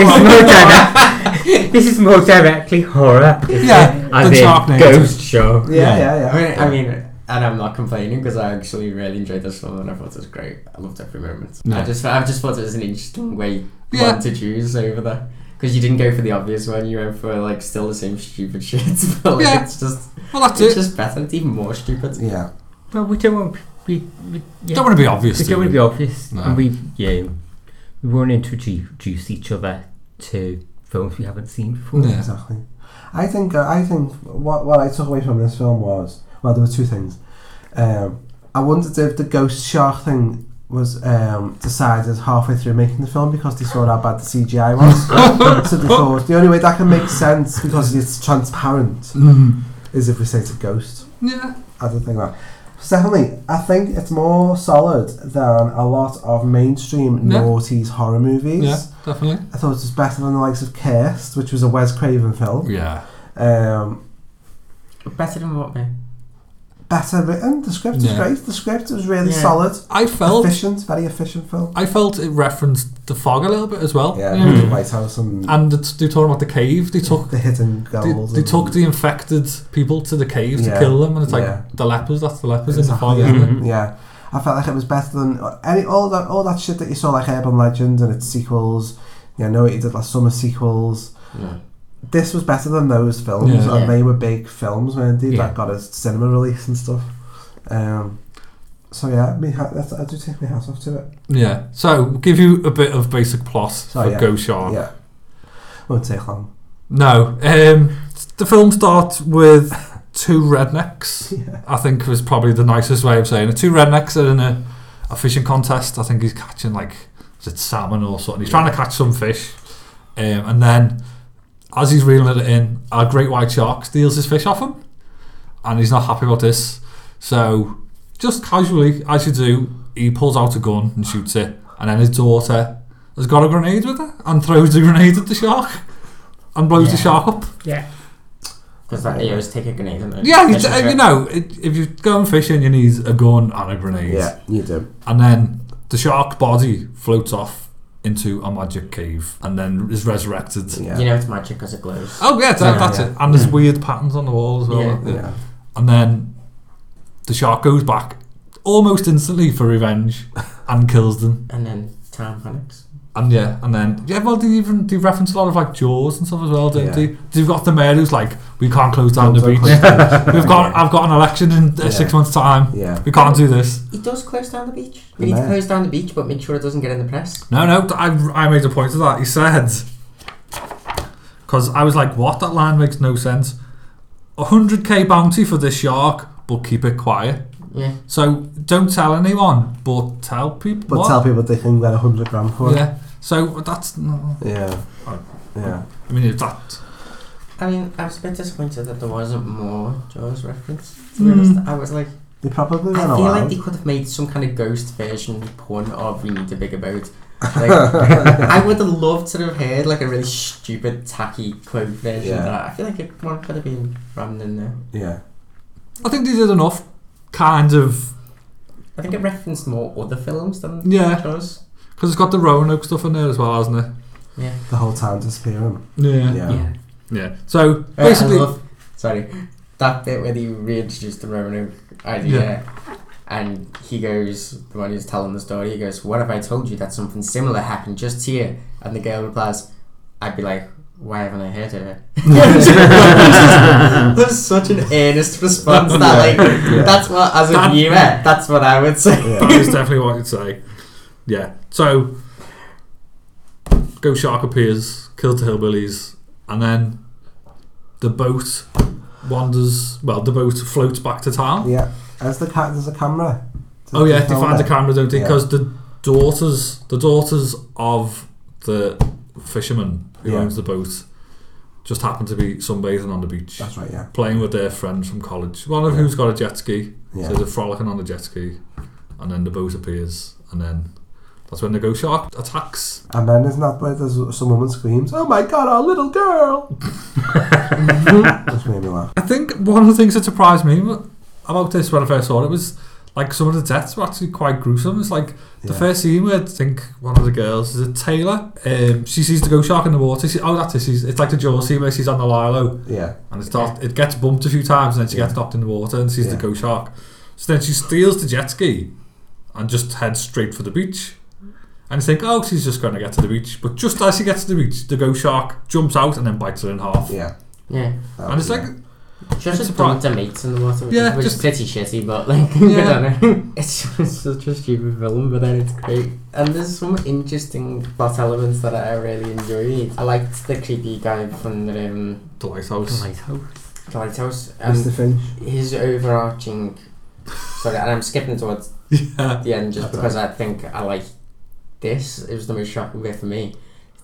Speaker 1: one.
Speaker 16: more direct, this is more directly horror. isn't
Speaker 1: Yeah,
Speaker 16: it? As
Speaker 1: than
Speaker 16: in
Speaker 1: Sharknado.
Speaker 16: Ghost show.
Speaker 1: Yeah, I mean, I mean, and I'm not complaining because I actually really enjoyed this film and I thought it was great. I loved every moment.
Speaker 12: No.
Speaker 1: I just, I just thought it was an interesting way
Speaker 12: Yeah.
Speaker 1: one to choose over there because you didn't go for the obvious one. You went for like still the same stupid shit, but like,
Speaker 12: Yeah.
Speaker 1: it's just,
Speaker 12: Well, that's
Speaker 1: it's
Speaker 12: it.
Speaker 1: just better. It's even more stupid.
Speaker 13: Yeah.
Speaker 16: Well, we don't want we, we yeah.
Speaker 12: Don't wanna be obvious,
Speaker 16: We
Speaker 12: do
Speaker 16: don't want to
Speaker 12: we?
Speaker 16: be obvious,
Speaker 12: No.
Speaker 16: and we yeah, we won't introduce each other to films we haven't seen before.
Speaker 12: Yeah.
Speaker 13: Exactly. I think uh, I think what what I took away from this film was well, there were two things. Um, I wondered if the ghost shark thing was um, decided halfway through making the film because they saw how bad the CGI was. so they thought the only way that can make sense because it's transparent
Speaker 12: Mhm.
Speaker 13: is if we say it's a ghost.
Speaker 12: Yeah.
Speaker 13: I don't think that. Secondly, I think it's more solid than a lot of mainstream
Speaker 12: Yeah.
Speaker 13: noughties horror movies.
Speaker 12: Yeah, definitely.
Speaker 13: I thought it was better than the likes of Cursed, which was a Wes Craven film.
Speaker 12: Yeah.
Speaker 13: Um,
Speaker 1: Better than what, man?
Speaker 13: better written. The script was
Speaker 12: Yeah.
Speaker 13: great. The script was really
Speaker 12: Yeah.
Speaker 13: solid.
Speaker 12: I felt-
Speaker 13: efficient, very efficient film.
Speaker 12: I felt it referenced the fog a little bit as well.
Speaker 13: Yeah, the White House and
Speaker 12: and it's, they're talking about the cave. They took
Speaker 13: the hidden gold
Speaker 12: They, they
Speaker 13: and-
Speaker 12: took the infected people to the cave
Speaker 13: Yeah,
Speaker 12: to kill them, and it's like
Speaker 13: yeah.
Speaker 12: the lepers. That's the lepers in the fog.
Speaker 13: Exactly, yeah.
Speaker 12: Isn't it?
Speaker 13: yeah. I felt like it was better than any all that all that shit that you saw like Urban Legend and its sequels. Yeah, know what you did last summer sequels.
Speaker 1: Yeah.
Speaker 13: This was better than those films,
Speaker 12: Yeah.
Speaker 13: and
Speaker 12: Yeah.
Speaker 13: they were big films, weren't they?
Speaker 12: Yeah.
Speaker 13: That got a cinema release and stuff. Um, so yeah, me ha- that's, I do take my hat off to it.
Speaker 12: Yeah. So we'll give you a bit of basic plot
Speaker 13: So
Speaker 12: for
Speaker 13: yeah,
Speaker 12: Go Shark.
Speaker 13: Yeah, won't take long.
Speaker 12: No. Um, the film starts with two rednecks. I think was probably the nicest way of saying it. Two rednecks are in a, a fishing contest. I think he's catching like is it salmon or something. He's trying to catch some fish, um, and then as he's reeling it in, a great white shark steals his fish off him, and he's not happy about this. So just casually, as you do, he pulls out a gun and shoots it, and then his daughter has got a grenade with her and throws the grenade at the shark and blows the
Speaker 1: Yeah.
Speaker 12: shark up.
Speaker 16: Yeah.
Speaker 1: Because that they always take a grenade and then-
Speaker 12: Yeah, you,
Speaker 1: That's
Speaker 12: d-
Speaker 1: just
Speaker 12: you
Speaker 1: it.
Speaker 12: know, it, if you go and fishing, you need a gun and a grenade.
Speaker 13: Yeah, you do.
Speaker 12: And then the shark body floats off into a magic cave and then is resurrected.
Speaker 1: You know it's magic because it glows.
Speaker 12: Oh yeah, that, that's it. And there's weird patterns on the wall as well.
Speaker 1: Yeah.
Speaker 12: aren't there?
Speaker 1: Yeah.
Speaker 12: And then the shark goes back almost instantly for revenge and kills them.
Speaker 1: And then time panics.
Speaker 12: And yeah, and then yeah, well, they even they reference a lot of like Jaws and stuff as well, don't
Speaker 1: Yeah.
Speaker 12: they? They've got the mayor who's like, we can't close down the
Speaker 13: Don't
Speaker 12: beach.
Speaker 13: close down the beach."
Speaker 12: We've got, I've got an election in uh,
Speaker 13: Yeah.
Speaker 12: six months' time.
Speaker 13: Yeah.
Speaker 12: we can't do this.
Speaker 1: It does close down the beach.
Speaker 13: The
Speaker 1: We need to
Speaker 13: mayor.
Speaker 1: close down the beach, but make sure it doesn't get in the press.
Speaker 12: No, no, I, I made a point of that. He said, because I was like, what? That line makes no sense. 100k bounty for this shark, but keep it quiet.
Speaker 1: Yeah.
Speaker 12: So don't tell anyone, but tell people.
Speaker 13: But
Speaker 12: what?
Speaker 13: tell people they think they're hundred grand for it.
Speaker 12: Yeah. So that's. No.
Speaker 13: Yeah. Yeah.
Speaker 12: I mean, if that.
Speaker 1: I mean, I was a bit disappointed that there wasn't more Jaws reference. To be
Speaker 13: Hmm.
Speaker 1: honest, I was like,
Speaker 13: They probably
Speaker 1: I
Speaker 13: went
Speaker 1: feel
Speaker 13: allowed.
Speaker 1: like they could have made some kind of ghost version porn of "We Need a Bigger Boat." Like, I would have loved to have heard like a really stupid, tacky quote version
Speaker 13: Yeah.
Speaker 1: of that. I feel like it one could have been rammed in there.
Speaker 13: Yeah.
Speaker 12: I think they did enough, kind of.
Speaker 1: I think it referenced more other films than
Speaker 12: Yeah.
Speaker 1: Jaws.
Speaker 12: Because it's got the Roanoke stuff in there as well, hasn't it?
Speaker 1: Yeah.
Speaker 13: The whole town disappearing.
Speaker 12: Yeah.
Speaker 13: Yeah.
Speaker 12: Yeah. Yeah. So
Speaker 1: Uh, I
Speaker 12: basically,
Speaker 1: love- sorry, that bit where they reintroduced the Roanoke idea, and he goes, the one who's telling the story, he goes, "What if I told you that something similar happened just here?" And the girl replies, "I'd be like." Why haven't I heard of it? that's such an earnest response. That like,
Speaker 12: Yeah.
Speaker 1: that's what as a
Speaker 12: That-
Speaker 1: viewer, that's what I would say.
Speaker 12: that is definitely what you'd say. Yeah. So, Go Shark appears, kills the hillbillies, and then the boat wanders. Well, the boat floats back to town.
Speaker 13: Yeah. As the cat, there's a camera. Does
Speaker 12: Oh yeah,
Speaker 13: it
Speaker 12: they
Speaker 13: film
Speaker 12: find the
Speaker 13: it?
Speaker 12: camera, don't they?
Speaker 13: Yeah.
Speaker 12: Because the daughters, the daughters of the fisherman who
Speaker 13: Yeah.
Speaker 12: owns the boat, just happen to be sunbathing on the beach.
Speaker 13: That's right, yeah.
Speaker 12: Playing with their friends from college. One of
Speaker 13: Yeah.
Speaker 12: who's got a jet ski,
Speaker 13: Yeah.
Speaker 12: so they're frolicking on the jet ski, and then the boat appears, and then that's when the ghost shark attacks.
Speaker 13: And then isn't that where there's some woman screams, "Oh my god, our little girl!" Which made me laugh.
Speaker 12: I think one of the things that surprised me about this when I first saw it was like some of the deaths were actually quite gruesome. It's like
Speaker 13: Yeah.
Speaker 12: the first scene where I think one of the girls is a Taylor. Um, she sees the ghost shark in the water. She, oh, that's it. She's, it's like the Jaws scene where she's on the Lilo.
Speaker 13: Yeah.
Speaker 12: And it starts. It gets bumped a few times, and then she gets knocked in the water and sees the
Speaker 13: Yeah.
Speaker 12: ghost shark. So then she steals the jet ski, and just heads straight for the beach. And you think, oh, she's just going to get to the beach. But just as she gets to the beach, the ghost shark jumps out and then bites her in half.
Speaker 13: Yeah.
Speaker 1: Yeah.
Speaker 12: And it's like
Speaker 1: Just
Speaker 12: It's
Speaker 1: just
Speaker 12: a pro-
Speaker 1: dumped their mates in the water, which,
Speaker 12: Yeah,
Speaker 1: yeah, which
Speaker 12: just-
Speaker 1: is pretty shitty, but like,
Speaker 12: Yeah.
Speaker 1: I don't know. It's just such a stupid film, but then it's great. And there's some interesting plot elements that I really enjoyed. I liked the creepy guy from the, um,
Speaker 12: the
Speaker 16: Oh
Speaker 12: lighthouse.
Speaker 1: the lighthouse.
Speaker 13: Mr. Finch.
Speaker 1: His overarching. Sorry, and I'm skipping towards the end just
Speaker 13: That's
Speaker 1: because
Speaker 13: right.
Speaker 1: I think I like this. It was the most shocking bit for me.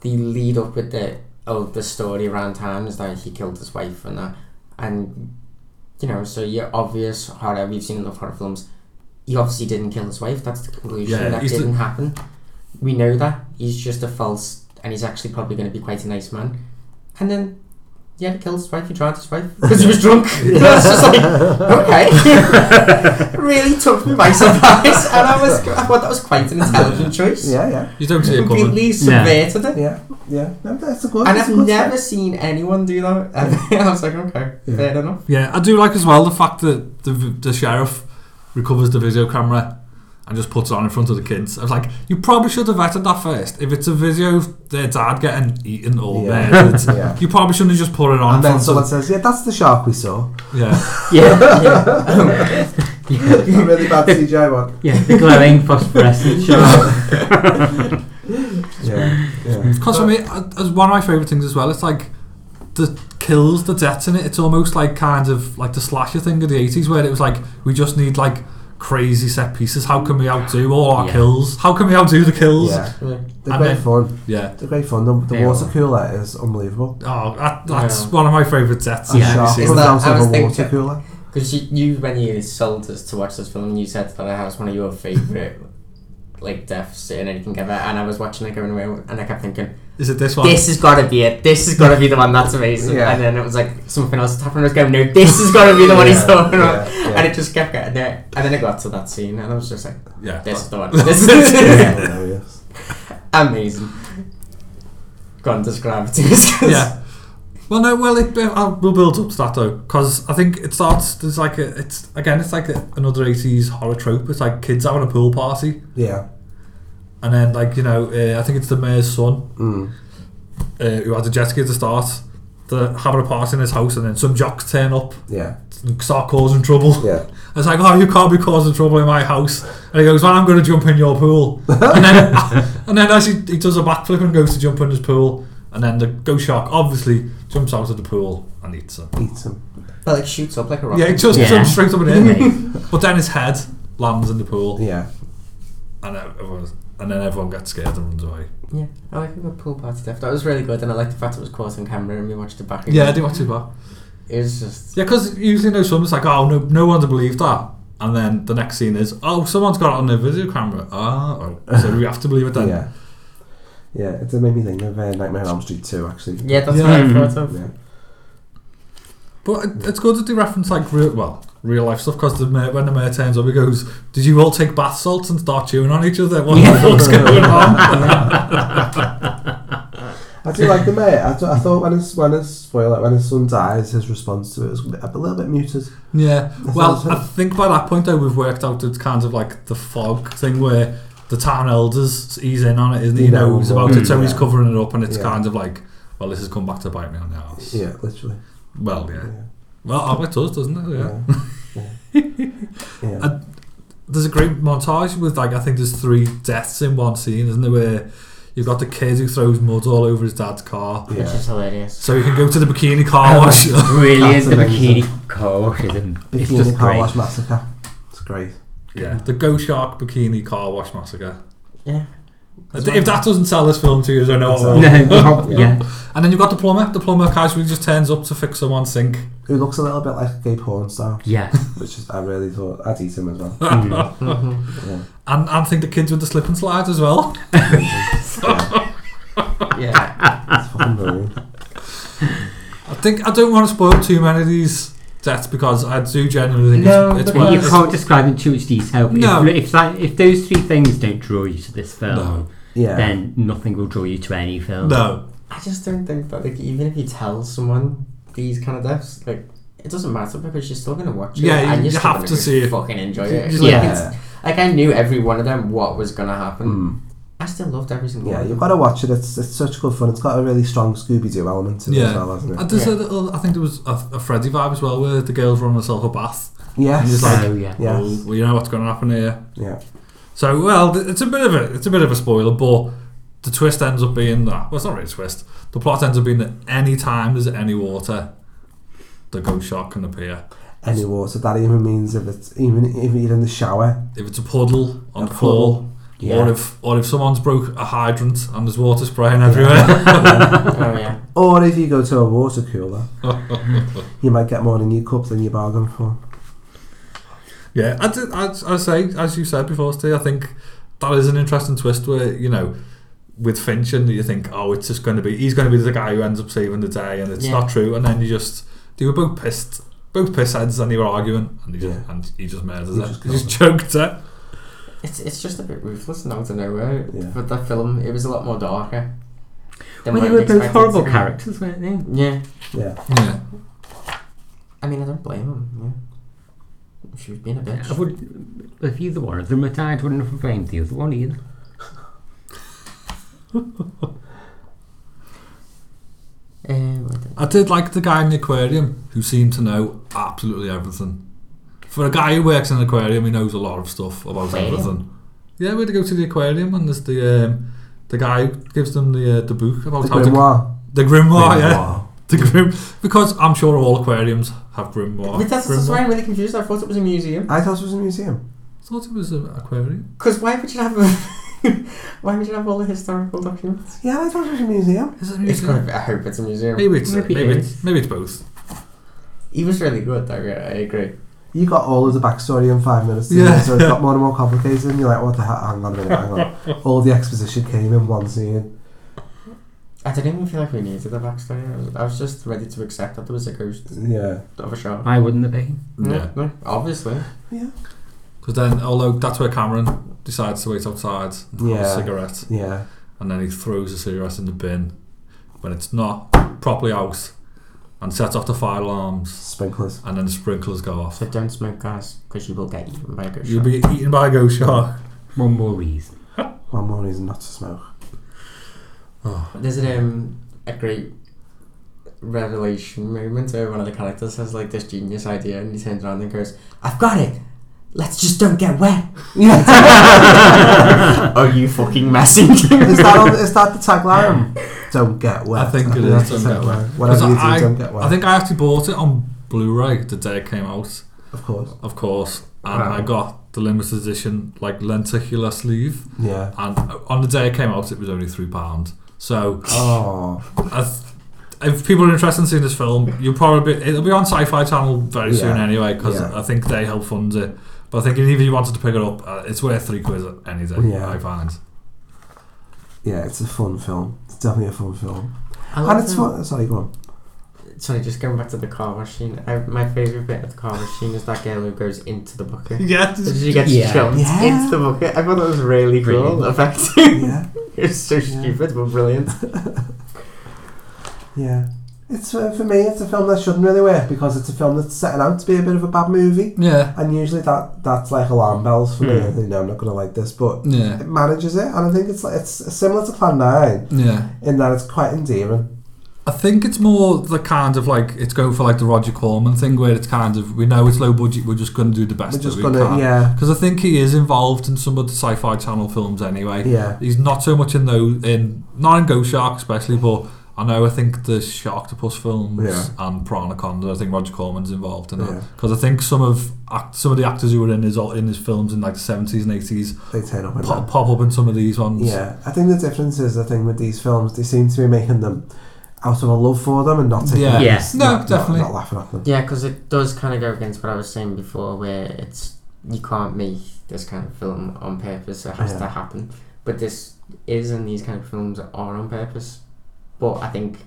Speaker 1: The lead up with the oh the story around town is that he killed his wife and that, and you know so your obvious horror. We've seen enough horror films. He obviously didn't kill his wife. That's the conclusion.
Speaker 12: Yeah,
Speaker 1: that
Speaker 12: he's the-
Speaker 1: didn't happen. We know that he's just a false, and he's actually probably going to be quite a nice man. And then he had to kill his wife. He drowned his wife because he was drunk. And I was just like, okay, really took me by surprise, and I was, I thought that was quite an intelligent choice.
Speaker 13: Yeah, yeah.
Speaker 12: You don't see it coming.
Speaker 1: Completely subverted it.
Speaker 13: Yeah, yeah. No, that's a good.
Speaker 1: And
Speaker 13: that's a
Speaker 1: I've
Speaker 13: good
Speaker 1: never seen anyone do that. And I was like, okay, fair enough.
Speaker 12: Yeah, I do like as well the fact that the, the sheriff recovers the video camera and just puts it on in front of the kids. I was like, you probably should have vetted that first. If it's a video of their dad getting eaten or
Speaker 13: Yeah.
Speaker 12: murdered,
Speaker 13: Yeah.
Speaker 12: you probably shouldn't have just put it on.
Speaker 13: And
Speaker 12: in
Speaker 13: then
Speaker 12: front
Speaker 13: someone
Speaker 12: of,
Speaker 13: says, "Yeah, that's the shark we saw."
Speaker 12: yeah,
Speaker 16: Yeah.
Speaker 13: really bad CGI one.
Speaker 16: Yeah, the glowing phosphorescent
Speaker 13: shark. yeah, yeah.
Speaker 12: Because for me, uh, as one of my favourite things as well, it's like the kills, the deaths in it. It's almost like kind of like the slasher thing of the eighties, where it was like we just need like crazy set pieces. How can we outdo all our
Speaker 13: Yeah.
Speaker 12: kills? How can we outdo the kills?
Speaker 13: Yeah.
Speaker 12: And
Speaker 13: They're great
Speaker 12: then-
Speaker 13: fun.
Speaker 12: Yeah.
Speaker 13: They're great fun. The, the
Speaker 12: They
Speaker 13: water
Speaker 12: are.
Speaker 13: cooler is unbelievable.
Speaker 12: Oh, that, that's
Speaker 1: Yeah.
Speaker 12: one of my favourite deaths.
Speaker 13: Yeah.
Speaker 12: I've
Speaker 13: Shark.
Speaker 12: seen.
Speaker 13: Is that-
Speaker 12: Down
Speaker 13: I
Speaker 12: to the
Speaker 13: was
Speaker 12: wall.
Speaker 13: thinking- water cooler.
Speaker 1: Because you, you, when you sold us to watch this film, you said that that was one of your favourite, like, deaths and anything ever. And I was watching it going away, and I kept thinking,
Speaker 12: Is it this one?
Speaker 1: This has got to be it. This has got to be the one that's amazing.
Speaker 12: Yeah.
Speaker 1: And then it was like something else happened. I was going, no, this has got to be the one he's
Speaker 12: Yeah,
Speaker 1: talking about.
Speaker 12: yeah, yeah.
Speaker 1: And it just kept getting there. And then it got to that scene, and I was just like,
Speaker 12: Yeah.
Speaker 1: this is the one. This is it.
Speaker 13: Hilarious.
Speaker 1: amazing. Go on, describe it to us.
Speaker 12: yeah. Well, no. Well, it, I'll, we'll build up to that though, because I think it starts. There's like a. It's again. It's like a, another '80s horror trope. It's like kids having a pool party.
Speaker 13: Yeah.
Speaker 12: And then, like you know, uh, I think it's the mayor's son
Speaker 13: Mm.
Speaker 12: uh, who had a jet ski to start. The having a party in his house, and then some jocks turn up.
Speaker 13: Yeah.
Speaker 12: And start causing trouble.
Speaker 13: Yeah.
Speaker 12: It's like, oh, you can't be causing trouble in my house. And he goes, well, I'm going to jump in your pool. and then, and then as he, he does a backflip and goes to jump in his pool, and then the ghost shark obviously jumps out of the pool and eats him.
Speaker 13: Eats him.
Speaker 1: But it shoots up like a rocket.
Speaker 12: Yeah, it just
Speaker 1: Yeah.
Speaker 12: jumps straight up and in.
Speaker 1: Yeah.
Speaker 12: but then his head lands in the pool.
Speaker 13: Yeah.
Speaker 12: And everyone, and then everyone gets scared and runs away.
Speaker 1: Yeah, I like the pool party stuff. That was really good, and I like the fact it was caught on camera and we watched it back again.
Speaker 12: Yeah, I did watch it back.
Speaker 1: It was just.
Speaker 12: Yeah, because usually you know someone's like, oh, no, no one to believe that. And then the next scene is, oh, someone's got it on their video camera. Ah, oh, so we have to believe it then.
Speaker 13: Yeah. Yeah, it made me think of uh, Nightmare on Elm Street 2, actually.
Speaker 1: Yeah, that's
Speaker 12: Yeah.
Speaker 1: what I
Speaker 12: Mhm.
Speaker 1: thought of.
Speaker 13: Yeah.
Speaker 12: But it, it's good that they reference like real, well, real life stuff because the mayor, when the mayor turns up, he goes, "Did you all take bath salts and start chewing on each other? What the fuck's going on?"
Speaker 13: I do like the mayor. I, do- I thought when his when his spoiler when his son dies, his response to it was a bit- a little bit muted.
Speaker 12: yeah.
Speaker 13: I
Speaker 12: Well,
Speaker 13: thought-
Speaker 12: I think by that point though, we've worked out it's kind of like the fog thing where the town elders he's in on it, isn't he?
Speaker 13: He
Speaker 12: He
Speaker 13: knows.
Speaker 12: knows about it, so he's
Speaker 13: Yeah.
Speaker 12: covering it up, and it's
Speaker 13: Yeah.
Speaker 12: kind of like, well, this has come back to bite me on the ass.
Speaker 13: yeah, literally.
Speaker 12: Well, yeah. Well, it does, doesn't it? Yeah.
Speaker 13: Yeah.
Speaker 12: And there's a great montage with like I think there's three deaths in one scene, isn't there? Where you've got the kid who throws mud all over his dad's car,
Speaker 1: Which is hilarious.
Speaker 12: so he can go to the bikini car wash.
Speaker 16: Brilliant, the
Speaker 13: That's amazing.
Speaker 16: bikini car wash is in- it's
Speaker 13: Bikini
Speaker 16: just
Speaker 13: car
Speaker 16: great.
Speaker 13: wash massacre. It's great.
Speaker 12: yeah, the Go Shark bikini car wash massacre.
Speaker 1: Yeah.
Speaker 12: If if that doesn't sell this film to you, I don't know. what
Speaker 16: No,
Speaker 12: will.
Speaker 16: yeah. Yeah.
Speaker 12: And then you've got the plumber. The plumber casually just turns up to fix someone's sink.
Speaker 13: Who looks a little bit like a gay porn star.
Speaker 16: Yeah.
Speaker 13: Which is I really thought I'd eat him as well. yeah.
Speaker 12: And and I think the kids with the slip and slide as well.
Speaker 13: Yeah. It's fucking brilliant.
Speaker 12: I think I don't want to spoil too many of these deaths because I do genuinely think
Speaker 16: No,
Speaker 12: it's, it's
Speaker 16: but
Speaker 12: worth
Speaker 16: you
Speaker 12: it's-
Speaker 16: can't describe in too much detail. But
Speaker 12: No.
Speaker 16: if, if, that, if those three things don't draw you to this film,
Speaker 12: No.
Speaker 13: Yeah.
Speaker 16: then nothing will draw you to any film.
Speaker 12: No.
Speaker 1: I just don't think that, like, even if you tell someone these kind of deaths, like, it doesn't matter because you're still going to watch it.
Speaker 12: Yeah,
Speaker 1: and
Speaker 12: you-
Speaker 1: you're
Speaker 12: you
Speaker 1: still
Speaker 12: have
Speaker 1: gonna
Speaker 12: to see it.
Speaker 1: Fucking enjoy it.
Speaker 12: Just
Speaker 1: Like,
Speaker 12: like-
Speaker 1: it's- like, I knew every one of them what was going to happen.
Speaker 13: Mm.
Speaker 1: I still loved every single
Speaker 13: Yeah,
Speaker 1: one.
Speaker 13: you've got to watch it. It's, it's such good fun. It's got a really strong Scooby Doo element to it as well, hasn't it?
Speaker 12: And there's a little, I think there was a, a Freddy vibe as well, where the girls run herself a bath.
Speaker 13: Yes.
Speaker 12: And just like,
Speaker 13: Oh, yeah.
Speaker 12: "Oh,
Speaker 13: Yes.
Speaker 12: well, you know what's going to happen here.
Speaker 13: Yeah.
Speaker 12: So, well, th- it's a bit of a, it's a bit of a spoiler, but the twist ends up being that. Well, it's not really a twist. The plot ends up being that any time there's any water, the ghost shark can appear.
Speaker 13: Any water that even means if it's even if you're in the shower.
Speaker 12: If it's a puddle on
Speaker 13: A
Speaker 12: the floor,
Speaker 13: puddle, yeah.
Speaker 12: or if or if someone's broke a hydrant and there's water spraying everywhere.
Speaker 1: Oh,
Speaker 13: Or if you go to a water cooler, you might get more in your cup than you bargained for.
Speaker 12: Yeah, I, did, I, I say, as you said before, Steve, I think that is an interesting twist where, you know, with Finch and you think, oh, it's just going to be he's going to be the guy who ends up saving the day, and it's
Speaker 1: Yeah.
Speaker 12: not true. And then you just they were both pissed, both piss heads, and they were arguing, and he just and he just murders
Speaker 1: He
Speaker 12: her.
Speaker 1: just
Speaker 12: he just choked her.
Speaker 1: It's it's just a bit ruthless and out of nowhere. But that film, it was a lot more darker. than
Speaker 16: Well,
Speaker 1: what
Speaker 16: they were
Speaker 1: I'd expected it
Speaker 16: both horrible
Speaker 1: to be.
Speaker 16: characters, weren't they?
Speaker 1: Yeah.
Speaker 13: Yeah.
Speaker 12: Yeah.
Speaker 1: I mean, I don't blame him. Yeah. She was being a bitch.
Speaker 16: I would, if either one of them had died, wouldn't have blamed the other one either.
Speaker 1: Uh,
Speaker 12: I did like the guy in the aquarium who seemed to know absolutely everything. For a guy who works in an aquarium, he knows a lot of stuff about
Speaker 1: Aquarium?
Speaker 12: everything. Yeah, we had to go to the aquarium and there's the um, the guy who gives them the uh, the book about
Speaker 13: The
Speaker 12: how
Speaker 13: grimoire.
Speaker 12: to the grimoire,
Speaker 13: Grimoire.
Speaker 12: yeah, the grim because I'm sure all aquariums have grimoire.
Speaker 1: Wait, that's, that's
Speaker 12: grimoire.
Speaker 1: why I'm really confused. I thought it was a museum.
Speaker 13: I thought it was a museum.
Speaker 12: thought it was an aquarium.
Speaker 1: Because why would you have a, why would you have all the historical documents?
Speaker 13: Yeah, I thought it was a museum.
Speaker 12: Is it a
Speaker 1: It's
Speaker 12: museum?
Speaker 1: gotta be, I hope it's a museum.
Speaker 12: Maybe it's maybe, it's, maybe it's both.
Speaker 1: He was really good though. Yeah, I agree.
Speaker 13: You got all of the backstory in five minutes,
Speaker 1: Yeah.
Speaker 13: yeah. so it got more and more complicated, and you're like, what the hell? Hang on a minute, hang on. all the exposition came in one scene.
Speaker 1: I didn't even feel like we needed the backstory. I was, I was just ready to accept that there was a ghost.
Speaker 13: Yeah.
Speaker 1: Of a shark.
Speaker 16: I wouldn't have been.
Speaker 1: No,
Speaker 12: Mm. Yeah.
Speaker 1: no, obviously.
Speaker 13: Yeah.
Speaker 12: Because then, although that's where Cameron decides to wait outside and have
Speaker 13: Yeah.
Speaker 12: a cigarette.
Speaker 13: Yeah.
Speaker 12: And then he throws the cigarette in the bin when it's not properly out and sets off the fire alarms.
Speaker 13: Sprinklers.
Speaker 12: And then the sprinklers go off.
Speaker 1: So don't smoke gas because you will get eaten by a ghost
Speaker 12: You'll
Speaker 1: shark.
Speaker 12: be eaten by a ghost shark.
Speaker 16: One more reason.
Speaker 13: One more reason not to smoke.
Speaker 1: There's an, um, a great revelation moment where one of the characters has like this genius idea and he turns around and goes, I've got it! Let's just don't get wet! oh, you fucking messing.
Speaker 13: is, that on, is that the tagline? Don't get wet.
Speaker 12: I think it
Speaker 13: that's
Speaker 12: is.
Speaker 13: the
Speaker 12: Don't get
Speaker 13: tagline.
Speaker 12: wet.
Speaker 13: Whatever you do,
Speaker 12: I,
Speaker 13: don't get wet.
Speaker 12: I think I actually bought it on Blu-ray the day it came out.
Speaker 13: Of course.
Speaker 12: Of course. And
Speaker 13: Wow.
Speaker 12: I got the limited edition like lenticular sleeve.
Speaker 13: Yeah.
Speaker 12: And on the day it came out, it was only three pound. So.
Speaker 13: Oh.
Speaker 12: I th- if people are interested in seeing this film, you'll probably it'll be on Sci-Fi Channel very soon
Speaker 13: Yeah.
Speaker 12: anyway because
Speaker 13: Yeah.
Speaker 12: I think they help fund it. But I think even if you wanted to pick it up, uh, it's worth three quid any day.
Speaker 13: Yeah.
Speaker 12: I find.
Speaker 13: Yeah, it's a fun film. It's definitely a fun film.
Speaker 1: I
Speaker 13: and
Speaker 1: love
Speaker 13: it's
Speaker 1: that.
Speaker 13: fun. Sorry, go on.
Speaker 1: Sorry, just going back to the car machine. I, my favourite bit of the car machine is that girl who goes into the bucket.
Speaker 12: Yeah.
Speaker 1: She gets
Speaker 16: Yeah.
Speaker 1: jumped
Speaker 13: Yeah.
Speaker 1: into the bucket. I thought that was really
Speaker 16: Brilliant.
Speaker 1: cool, effective.
Speaker 13: Yeah.
Speaker 1: it's so stupid, but brilliant.
Speaker 13: Yeah. It's uh, for me. It's a film that shouldn't really work because it's a film that's setting out to be a bit of a bad movie.
Speaker 12: Yeah.
Speaker 13: And usually that that's like alarm bells for me. I think, no, I'm not gonna like this, but
Speaker 12: Yeah.
Speaker 13: it manages it, and I think it's like, it's similar to Plan Nine.
Speaker 12: Yeah.
Speaker 13: In that it's quite endearing.
Speaker 12: I think it's more the kind of like it's going for like the Roger Corman thing where it's kind of we know it's low budget, we're just going to do the best.
Speaker 13: We're just
Speaker 12: that we
Speaker 13: gonna-
Speaker 12: can.
Speaker 13: yeah.
Speaker 12: Because I think he is involved in some of the Sci-Fi Channel films anyway.
Speaker 13: Yeah.
Speaker 12: He's not so much in those in not in Ghost Shark especially, but I know I think the Sharktopus films
Speaker 13: Yeah.
Speaker 12: and Pranaconda. I think Roger Corman's involved in
Speaker 13: Yeah.
Speaker 12: that because I think some of act, some of the actors who were in his in his films in like the seventies and eighties
Speaker 13: They turn up in
Speaker 12: pop,
Speaker 13: that.
Speaker 12: pop up in some of these ones.
Speaker 13: Yeah, I think the difference is I think with these films they seem to be making them out of a love for them and not taking
Speaker 12: Yeah.
Speaker 13: them-
Speaker 16: Yeah.
Speaker 12: No,
Speaker 13: not- not-
Speaker 12: definitely.
Speaker 13: not, laughing at them.
Speaker 1: Yeah, because it does kind of go against what I was saying before, where it's you can't make this kind of film on purpose; it has
Speaker 13: Yeah.
Speaker 1: to happen. But this is, and these kind of films are on purpose. But I think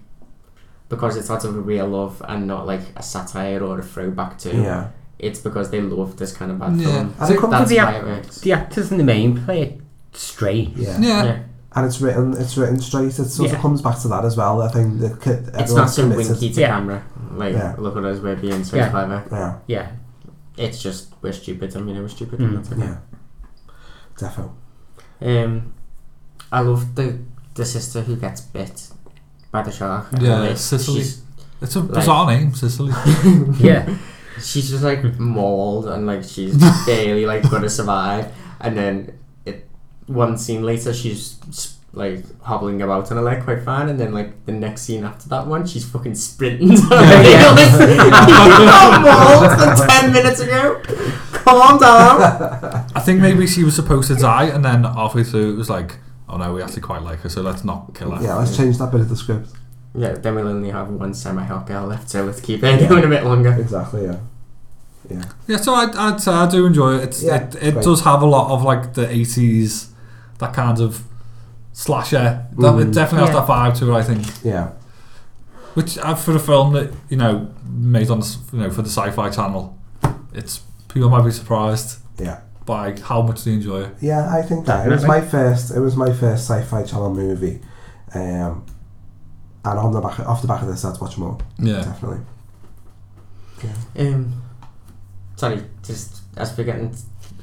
Speaker 1: because it's out of a real love and not like a satire or a throwback to,
Speaker 13: Yeah.
Speaker 1: it's because they love this kind of bad
Speaker 12: Yeah.
Speaker 1: film.
Speaker 13: And it comes
Speaker 1: That's
Speaker 16: the,
Speaker 1: why it
Speaker 16: ac-
Speaker 1: works.
Speaker 16: the actors in the main play it straight.
Speaker 13: Yeah.
Speaker 12: Yeah.
Speaker 1: Yeah.
Speaker 13: And it's written, it's written straight. It sort
Speaker 16: Yeah.
Speaker 13: of comes back to that as well. I think the kid,
Speaker 1: It's not
Speaker 13: everyone's
Speaker 1: so
Speaker 13: committed.
Speaker 1: winky to
Speaker 16: Yeah.
Speaker 1: camera. Like,
Speaker 13: Yeah.
Speaker 1: look at us, we're being so
Speaker 16: Yeah.
Speaker 1: clever.
Speaker 13: Yeah,
Speaker 16: Yeah.
Speaker 1: It's just we're stupid, and we know we're stupid.
Speaker 16: Mm.
Speaker 1: And that's okay.
Speaker 13: yeah, defo.
Speaker 1: Um, I love the the sister who gets bit by the shark.
Speaker 12: Yeah,
Speaker 1: Like,
Speaker 12: Sicily.
Speaker 1: She's,
Speaker 12: It's a
Speaker 1: Like-
Speaker 12: bizarre name, Sicily.
Speaker 16: Yeah.
Speaker 1: she's just like mauled and like she's barely like gonna survive. And then it one scene later, she's s- like hobbling about on a leg quite fine. And then like the next scene after that one, she's fucking sprinting. down the
Speaker 16: yeah.
Speaker 1: hill. you got mauled than ten minutes ago. Calm down.
Speaker 12: I think maybe she was supposed to die, and then halfway through it was like, oh no, we actually quite like her, so let's not kill her.
Speaker 13: Yeah, let's change that bit of the script.
Speaker 1: Yeah, then we'll only have one semi-hot girl left, so let's keep her going a bit longer.
Speaker 13: Exactly. Yeah, yeah.
Speaker 12: Yeah, so I, I'd say I do enjoy it. It's,
Speaker 13: Yeah,
Speaker 12: it it
Speaker 13: great.
Speaker 12: does have a lot of like the eighties, that kind of slasher. That it
Speaker 1: Mm.
Speaker 13: Mhm.
Speaker 12: definitely
Speaker 13: Yeah.
Speaker 12: has that vibe to it. I think.
Speaker 13: Yeah.
Speaker 12: Which uh, for a film that you know made on the s- you know for the Sci-Fi Channel, it's people might be surprised.
Speaker 13: Yeah.
Speaker 12: By how much they enjoy it.
Speaker 13: Yeah, I think that it was my first. It was my first sci-fi channel movie, um, and on the back off the back of this, I'd watch more.
Speaker 12: Yeah.
Speaker 13: definitely.
Speaker 1: Um, sorry, just as we're getting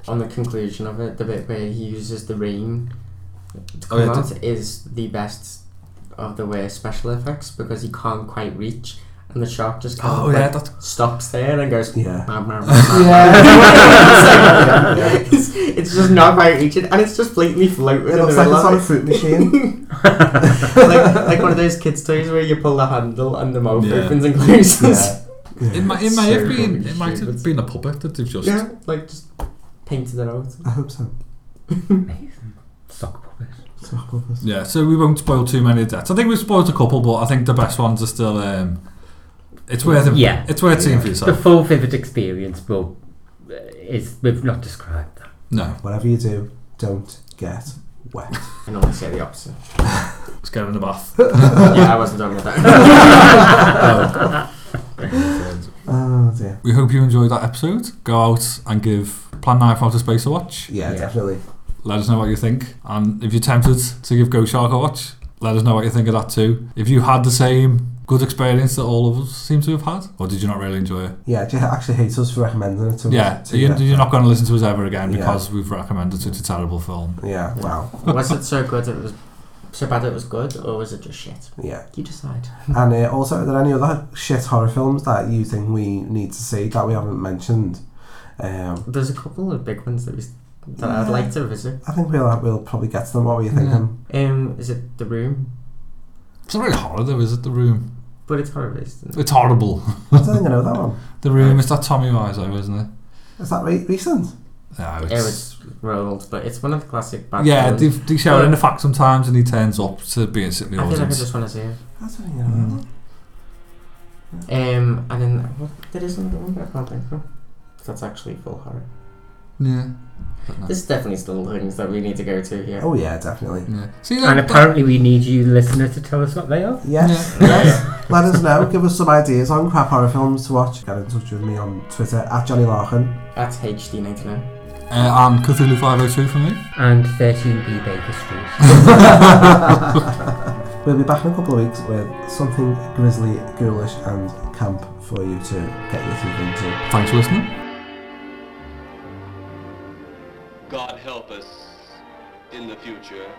Speaker 1: on the conclusion of it, the bit where he uses the rain to come
Speaker 12: Oh, yeah,
Speaker 1: out is the best of the worst special effects because he can't quite reach. And the shark just kind
Speaker 12: Oh,
Speaker 1: of
Speaker 12: yeah,
Speaker 1: like, stops there and goes,
Speaker 13: yeah.
Speaker 1: yeah. it's, it's just not quite reaching, and it's just blatantly floating.
Speaker 13: It
Speaker 1: in the
Speaker 13: looks like
Speaker 1: middle
Speaker 13: it's
Speaker 1: of
Speaker 13: on
Speaker 1: it.
Speaker 13: a fruit machine.
Speaker 1: like, like one of those kids' toys where you pull the handle and the mouth
Speaker 12: Yeah.
Speaker 1: opens and closes.
Speaker 13: Yeah.
Speaker 12: It might, it
Speaker 1: It's
Speaker 12: may
Speaker 1: so
Speaker 12: have been
Speaker 1: fucking
Speaker 12: it might
Speaker 1: stupid.
Speaker 12: have been a puppet that they've just
Speaker 1: yeah, like just painted it out.
Speaker 13: I hope so.
Speaker 16: Sock puppet.
Speaker 13: Sock puppet.
Speaker 12: Yeah, so we won't spoil too many deaths. I think we've spoiled a couple, but I think the best ones are still. Um, it's worth it.
Speaker 16: yeah.
Speaker 12: it's worth seeing for
Speaker 16: The
Speaker 12: yourself.
Speaker 16: full vivid experience will is we've not described that.
Speaker 12: No,
Speaker 13: whatever you do, don't get wet.
Speaker 1: I normally say the opposite.
Speaker 12: Let's get in the bath.
Speaker 1: yeah, I wasn't done with that.
Speaker 13: Oh dear.
Speaker 12: We hope you enjoyed that episode. Go out and give Plan 9 from Outer Space a watch.
Speaker 13: Yeah, definitely.
Speaker 12: Let us know what you think. And if you're tempted to give Go Shark a watch, let us know what you think of that too. If you had the same good experience that all of us seem to have had, or did you not really enjoy it?
Speaker 13: Yeah, do you actually hate us for recommending it to
Speaker 12: Yeah,
Speaker 13: us?
Speaker 12: so you,
Speaker 13: yeah.
Speaker 12: you're not going to listen to us ever again
Speaker 13: Yeah.
Speaker 12: because we've recommended such a terrible film.
Speaker 13: Yeah, wow.
Speaker 1: was it so good? It was so bad. It was good, or was it just shit?
Speaker 13: Yeah.
Speaker 1: you decide.
Speaker 13: And uh, also, are there any other shit horror films that you think we need to see that we haven't mentioned? Um,
Speaker 1: There's a couple of big ones that we s- that I'd
Speaker 13: Yeah.
Speaker 1: like to visit.
Speaker 13: I think we'll we'll probably get to them. What were you thinking?
Speaker 1: Um, is it the room?
Speaker 12: It's not really horror though, is it? The room.
Speaker 1: But it's horror based. isn't it?
Speaker 12: It's horrible.
Speaker 13: I don't think I know that one.
Speaker 12: The room is that Tommy Wiseau, isn't it?
Speaker 13: Is that re- recent?
Speaker 12: No,
Speaker 1: It was rolled, but it's one of the classic bad
Speaker 12: yeah,
Speaker 1: films.
Speaker 12: they, they show it in
Speaker 1: But
Speaker 12: the fact sometimes, and he turns up to be in the
Speaker 1: I feel like I
Speaker 12: audience.
Speaker 1: just want to see it.
Speaker 13: I don't think I know that one.
Speaker 1: Um, and then what, there is another one that I can't think of. That's actually full horror.
Speaker 12: Yeah. Don't know.
Speaker 1: There's definitely still things that we need to go to here.
Speaker 13: Oh yeah, definitely.
Speaker 12: See,
Speaker 16: and apparently we need you listener to tell us what they are.
Speaker 13: Yes, yes. Let us know. Give us some ideas on crap horror films to watch. Get in touch with me on Twitter at Johnny Larkin.
Speaker 1: That's HD99.
Speaker 12: Uh, and Cthulhu 502 for me.
Speaker 16: And 13B Baker Street.
Speaker 13: We'll be back in a couple of weeks with something grisly, ghoulish, and camp for you to get your teeth into.
Speaker 12: Thanks for listening.
Speaker 17: God help us in the future.